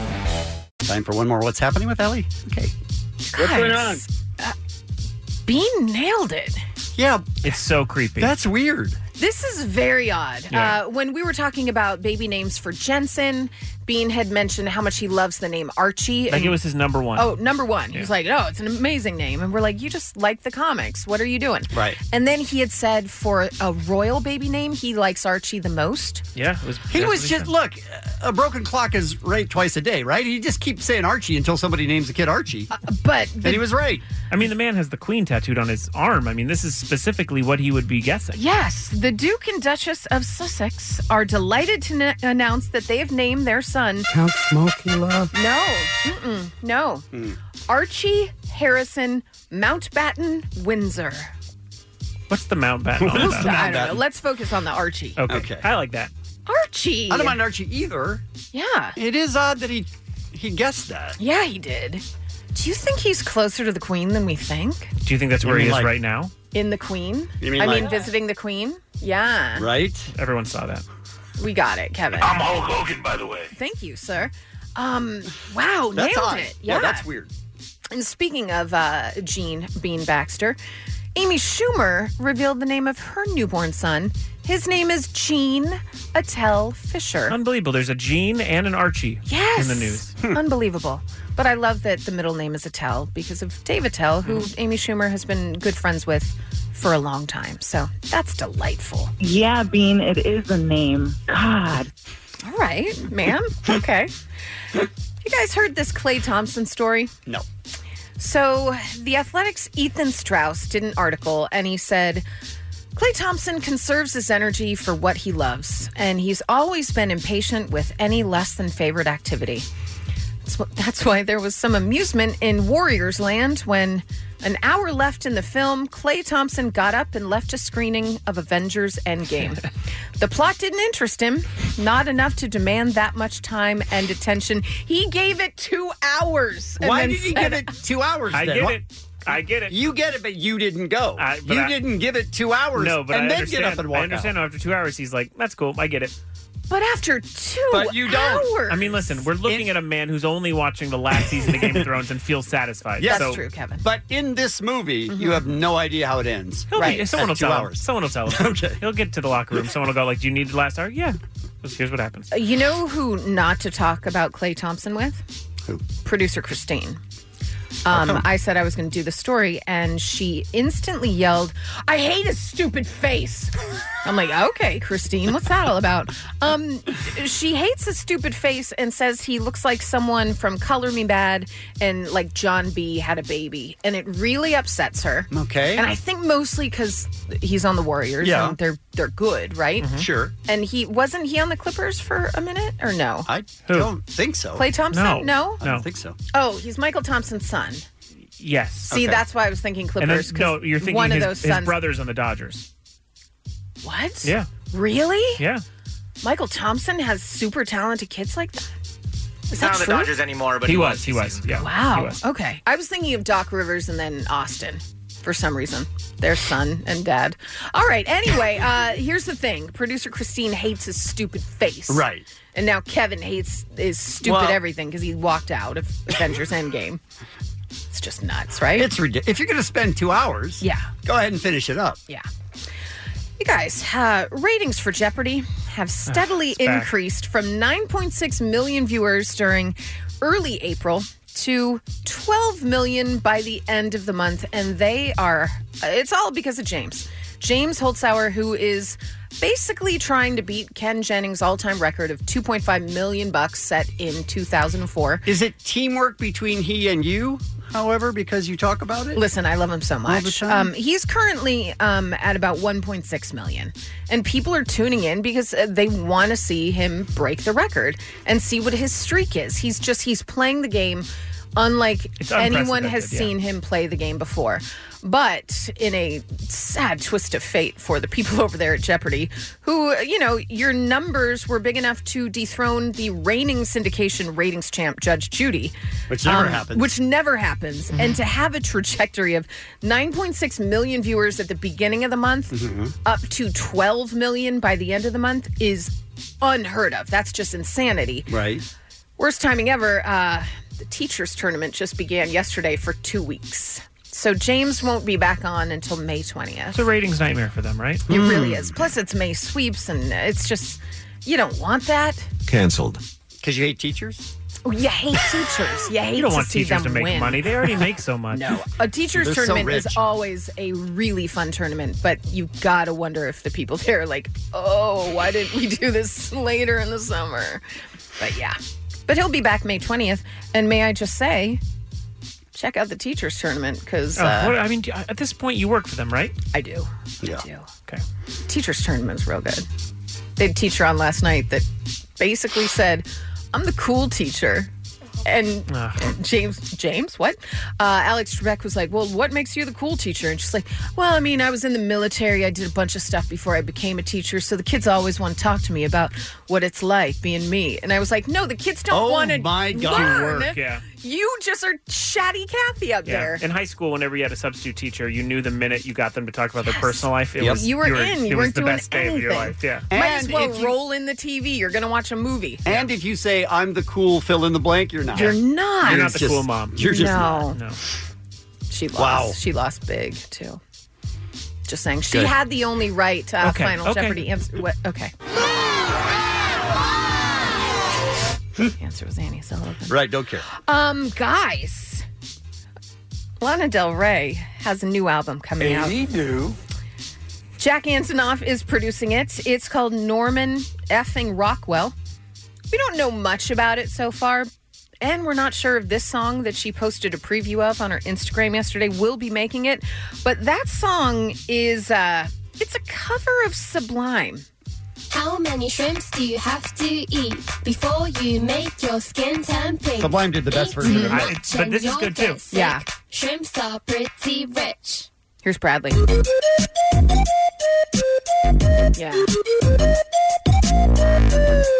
Time for one more. What's happening with Ellie? Okay. What's going on? Bean nailed it. Yeah. It's so creepy. That's weird. This is very odd. Yeah. Uh, when we were talking about baby names for Jensen, Bean had mentioned how much he loves the name Archie. Like it was his number one. Oh, number one. He Yeah. was like, oh, it's an amazing name. And we're like, you just like the comics. What are you doing? Right. And then he had said for a royal baby name, he likes Archie the most. Yeah. It was, He that's was what he just, said. look, a broken clock is right twice a day, right? He just keeps saying Archie until somebody names the kid Archie. Uh, But And he was right. I mean, the man has the queen tattooed on his arm. I mean, this is specifically what he would be guessing. Yes, the Duke and Duchess of Sussex are delighted to n- announce that they have named their son. Count Smoky Love. No, mm-mm, no. Hmm. Archie Harrison Mountbatten Windsor. What's the Mountbatten? all about? I don't know. Let's focus on the Archie. Okay. I like that. Archie. I don't mind Archie either. Yeah. It is odd that he he guessed that. Yeah, he did. Do you think he's closer to the Queen than we think? Do you think that's You where he mean is like- right now? In the Queen? You mean I like- mean, visiting the Queen? Yeah. Right? Everyone saw that. We got it, Kevin. I'm Hulk Hogan, by the way. Thank you, sir. Um, wow, That's nailed odd. it. Yeah, that's weird. And speaking of uh, Gene Bean Baxter, Amy Schumer revealed the name of her newborn son. His name is Gene Attell Fisher. Unbelievable. There's a Gene and an Archie Yes. in the news. Unbelievable. But I love that the middle name is Attell because of Dave Attell, who Amy Schumer has been good friends with for a long time. So that's delightful. Yeah, Bean, it is a name. God. All right, ma'am. Okay. You guys heard this Clay Thompson story? No. So, The Athletics' Ethan Strauss did an article and he said, Clay Thompson conserves his energy for what he loves, and he's always been impatient with any less than favorite activity. That's wh- That's why there was some amusement in Warriors Land when an hour left in the film, Clay Thompson got up and left a screening of Avengers Endgame. the plot didn't interest him, not enough to demand that much time and attention. He gave it two hours. and Why then did he said- give it two hours? I then? get Why- it. I get it. You get it, but you didn't go. but you I- didn't give it two hours. No, but and I then understand. get up and walk I understand out. how after two hours he's like, that's cool. I get it. But after two hours. I mean, listen, we're looking at a man who's only watching the last season of Game of Thrones and feels satisfied. Yes. so, Kevin. But in this movie, you have no idea how it ends. He'll be- someone will At two tell him. hours. Someone will tell him. okay. He'll get to the locker room. Someone will go like, "Do you need the last hour?" Yeah. Just- here's what happens. You know who not to talk about Clay Thompson with? Who? Producer Christine. Um, I said I was going to do the story, and she instantly yelled, "I hate his stupid face." I'm like, "Okay, Christine, what's that all about?" Um, she hates his stupid face and says he looks like someone from Color Me Bad and like John B had a baby, and it really upsets her. Okay. and I think mostly because he's on the Warriors, Yeah. and they're they're good, right? Sure. Mm-hmm. And he wasn't he on the Clippers for a minute or no? I don't think so. Clay Thompson? No. No? I don't think so. Oh, he's Michael Thompson's son. Yes. See, that's why I was thinking And then- Clippers. 'cause no, you're thinking one his, of those his sons. brother's on the Dodgers. What? Yeah. Really? Yeah. Michael Thompson has super talented kids like that. Is Not that on the true? Dodgers anymore, but he, he was, He was. Yeah. He Wow. was. Okay. I was thinking of Doc Rivers and then Austin for some reason. Their son and dad. All right. Anyway, uh, here's the thing. Producer Christine hates his stupid face. Right. And now Kevin hates his stupid Well- everything because he walked out of Avengers Endgame. It's just nuts, right? It's ridiculous. If you're going to spend two hours, Yeah. go ahead and finish it up. Yeah. You guys, uh, ratings for Jeopardy have steadily Ah, It's back. increased from 9.6 million viewers during early April to 12 million by the end of the month. And they are, it's all because of James. James Holzhauer, who is basically trying to beat Ken Jennings' all time record of 2.5 million bucks set in 2004. Is it teamwork between he and you? however, because you talk about it? Listen, I love him so much. Um, he's currently um, at about 1.6 million, and people are tuning in because uh, they want to see him break the record and see what his streak is. He's just he's playing the game unlike It's anyone unprecedented, has yeah. seen him play the game before. But in a sad twist of fate for the people over there at Jeopardy, who, you know, your numbers were big enough to dethrone the reigning syndication ratings champ, Judge Judy. Um, Which never happens. Which never happens. And to have a trajectory of 9.6 million viewers at the beginning of the month Mhm. up to 12 million by the end of the month is unheard of. That's just insanity. Right. Worst timing ever. Uh, the teachers' tournament just began yesterday for two weeks. So James won't be back on until May 20th. It's a ratings nightmare for them, right? It really Hmm. is. Plus, it's May sweeps, and it's just, you don't want that. Canceled. Because you hate teachers? Oh, you hate teachers. You hate You don't to want see teachers them to make win. money. They already make so much. No. A teachers' They're so tournament is rich. always a really fun tournament, but you gotta wonder if the people there are like, oh, why didn't we do this later in the summer? But yeah. But he'll be back May 20th. And may I just say, check out the teachers' tournament because Oh, uh, what- I mean, do- at this point, you work for them, right? I do. Yeah. do. Okay. teachers' tournament's real good. They had a teacher on last night that basically said, I'm the cool teacher. And James, James, what? Uh, Alex Trebek was like, Well, what makes you the cool teacher? And she's like, Well, I mean, I was in the military. I did a bunch of stuff before I became a teacher. So the kids always want to talk to me about what it's like being me. And I was like, No, the kids don't Oh, want to my God. learn. Work, yeah. You just are chatty Cathy up there. In high school, whenever you had a substitute teacher, you knew the minute you got them to talk about their personal life, it Yep. was You were in. You it was weren't the doing best day of your anything. life. Yeah. Might as And well if you- roll in the TV. You're going to watch a movie. And if you say, I'm the cool fill in the blank, you're not. You're not. You're not the just- cool mom. You're just No. not. No. She lost. Wow. She lost big too. Just saying, she Good. had the only right uh, Okay, Final okay. Jeopardy answer. What? Okay. the answer was Annie Sullivan. Right, don't care. Um, guys, Lana Del Rey has a new album coming out. do. Jack Antonoff is producing it. It's called Norman Effing Rockwell. We don't know much about it so far, and we're not sure if this song that she posted a preview of on her Instagram yesterday will be making it. But that song is uh it's a cover of Sublime. How many shrimps do you have to eat before you make your skin turn pink? Sublime did the best version of it. I- it's- but this is good, too. Yeah. Shrimps are pretty rich. Here's Bradley. Yeah.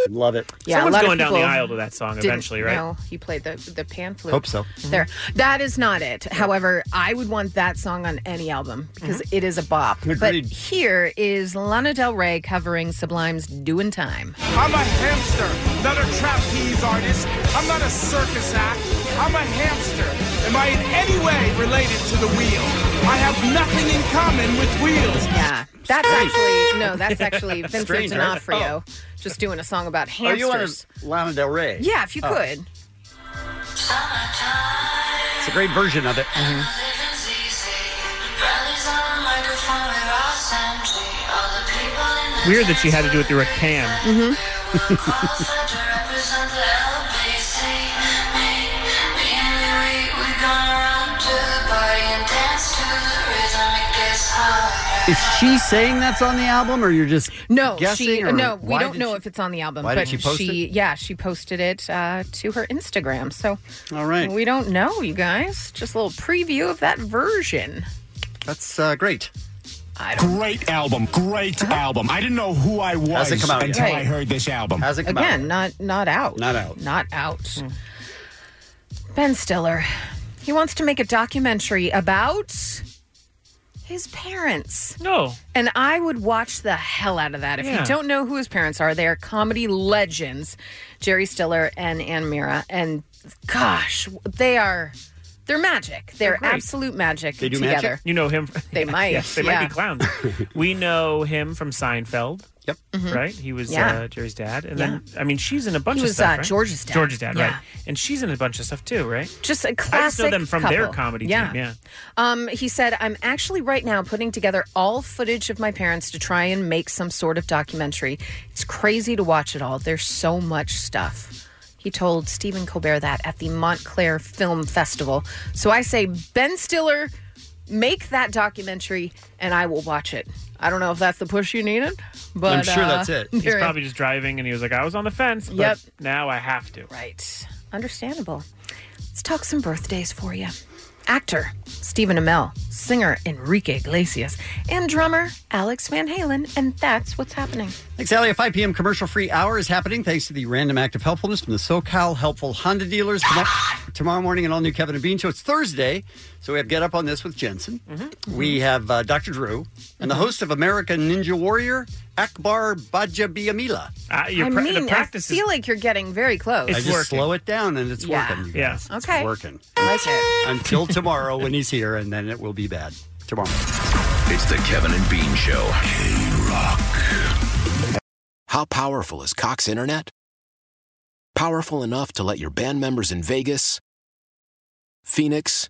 Love it. Yeah, a Someone's lot of going down the people aisle to that song didn't eventually, right? know he played the the pan flute. Hope so. There, Mm-hmm. that is not it. However, I would want that song on any album because Mhm. it is a bop. But Agreed. here is Lana Del Rey covering Sublime's "Doin' Time." I'm a hamster, not a trapeze artist. I'm not a circus act. I'm a hamster. Am I in any way related to the wheel? I have nothing in common with wheels. Yeah, that's actually no, that's actually Vincent Strange, right? D'Onofrio just doing a song about Oh, you want hamsters. a Lana Del Rey? yeah, if you Oh, could. It's a great version of it. Mm-hmm. Weird that she had to do it through a can. Mm-hmm. Is she saying that's on the album, or you're just No, guessing? she or no, we why don't did know she- if it's on the album, why but did she post it? yeah, she posted it uh, to her Instagram. So All right. we don't know, you guys. Just a little preview of that version. That's uh, great. Great album, great album. I didn't know who I was Hasn't come out yet. until I Uh-huh. Right. heard this album. Hasn't Again, not not out. Not out. Not out. Ben Stiller. He wants to make a documentary about his parents. No. And I would watch the hell out of that. If Yeah. you don't know who his parents are, they are comedy legends, Jerry Stiller and Ann Mira. And gosh, they are they're magic. They're, great. absolute magic They do together. magic. You know him. They might. yes, they yeah. might be clowns. we know him from Seinfeld. Yep. Mhm. Right? He was Yeah. uh, Jerry's dad. And Yeah. then, I mean, she's in a bunch He of was, stuff. uh, right? George's dad. George's dad, Yeah. right. And she's in a bunch of stuff too, right? Just a I just know classic them from their couple. comedy Yeah. team. Yeah. Um, he said, I'm actually right now putting together all footage of my parents to try and make some sort of documentary. It's crazy to watch it all. There's so much stuff. He told Stephen Colbert that at the Montclair Film Festival. So I say, Ben Stiller, make that documentary and I will watch it. I don't know if that's the push you needed, but uh, He's there- probably just driving, and he was like, "I was on the fence, but Yep. now I have to." Right. Understandable. Let's talk some birthdays for you. Actor Stephen Amell, singer Enrique Iglesias, and drummer Alex Van Halen, and that's what's happening. Thanks, Allie. A 5 p.m. commercial free hour is happening thanks to the random act of helpfulness from the SoCal Helpful Honda Dealers. Tomorrow, Ah! tomorrow morning, an all new Kevin and Bean show. It's Thursday, so we have Get Up on This with Jensen. Mm-hmm. Mm-hmm. We have uh, Dr. Drew and the host of American Ninja Warrior, Akbar Bajabiamila. Uh, I mean, I feel like you're getting very close. I just slow it down and it's Yeah. working. Yeah. Okay. working. I like it. Until tomorrow when he's here, and then it will be bad. Tomorrow. It's the Kevin and Bean Show. How powerful is Cox Internet? Powerful enough to let your band members in Vegas, Phoenix,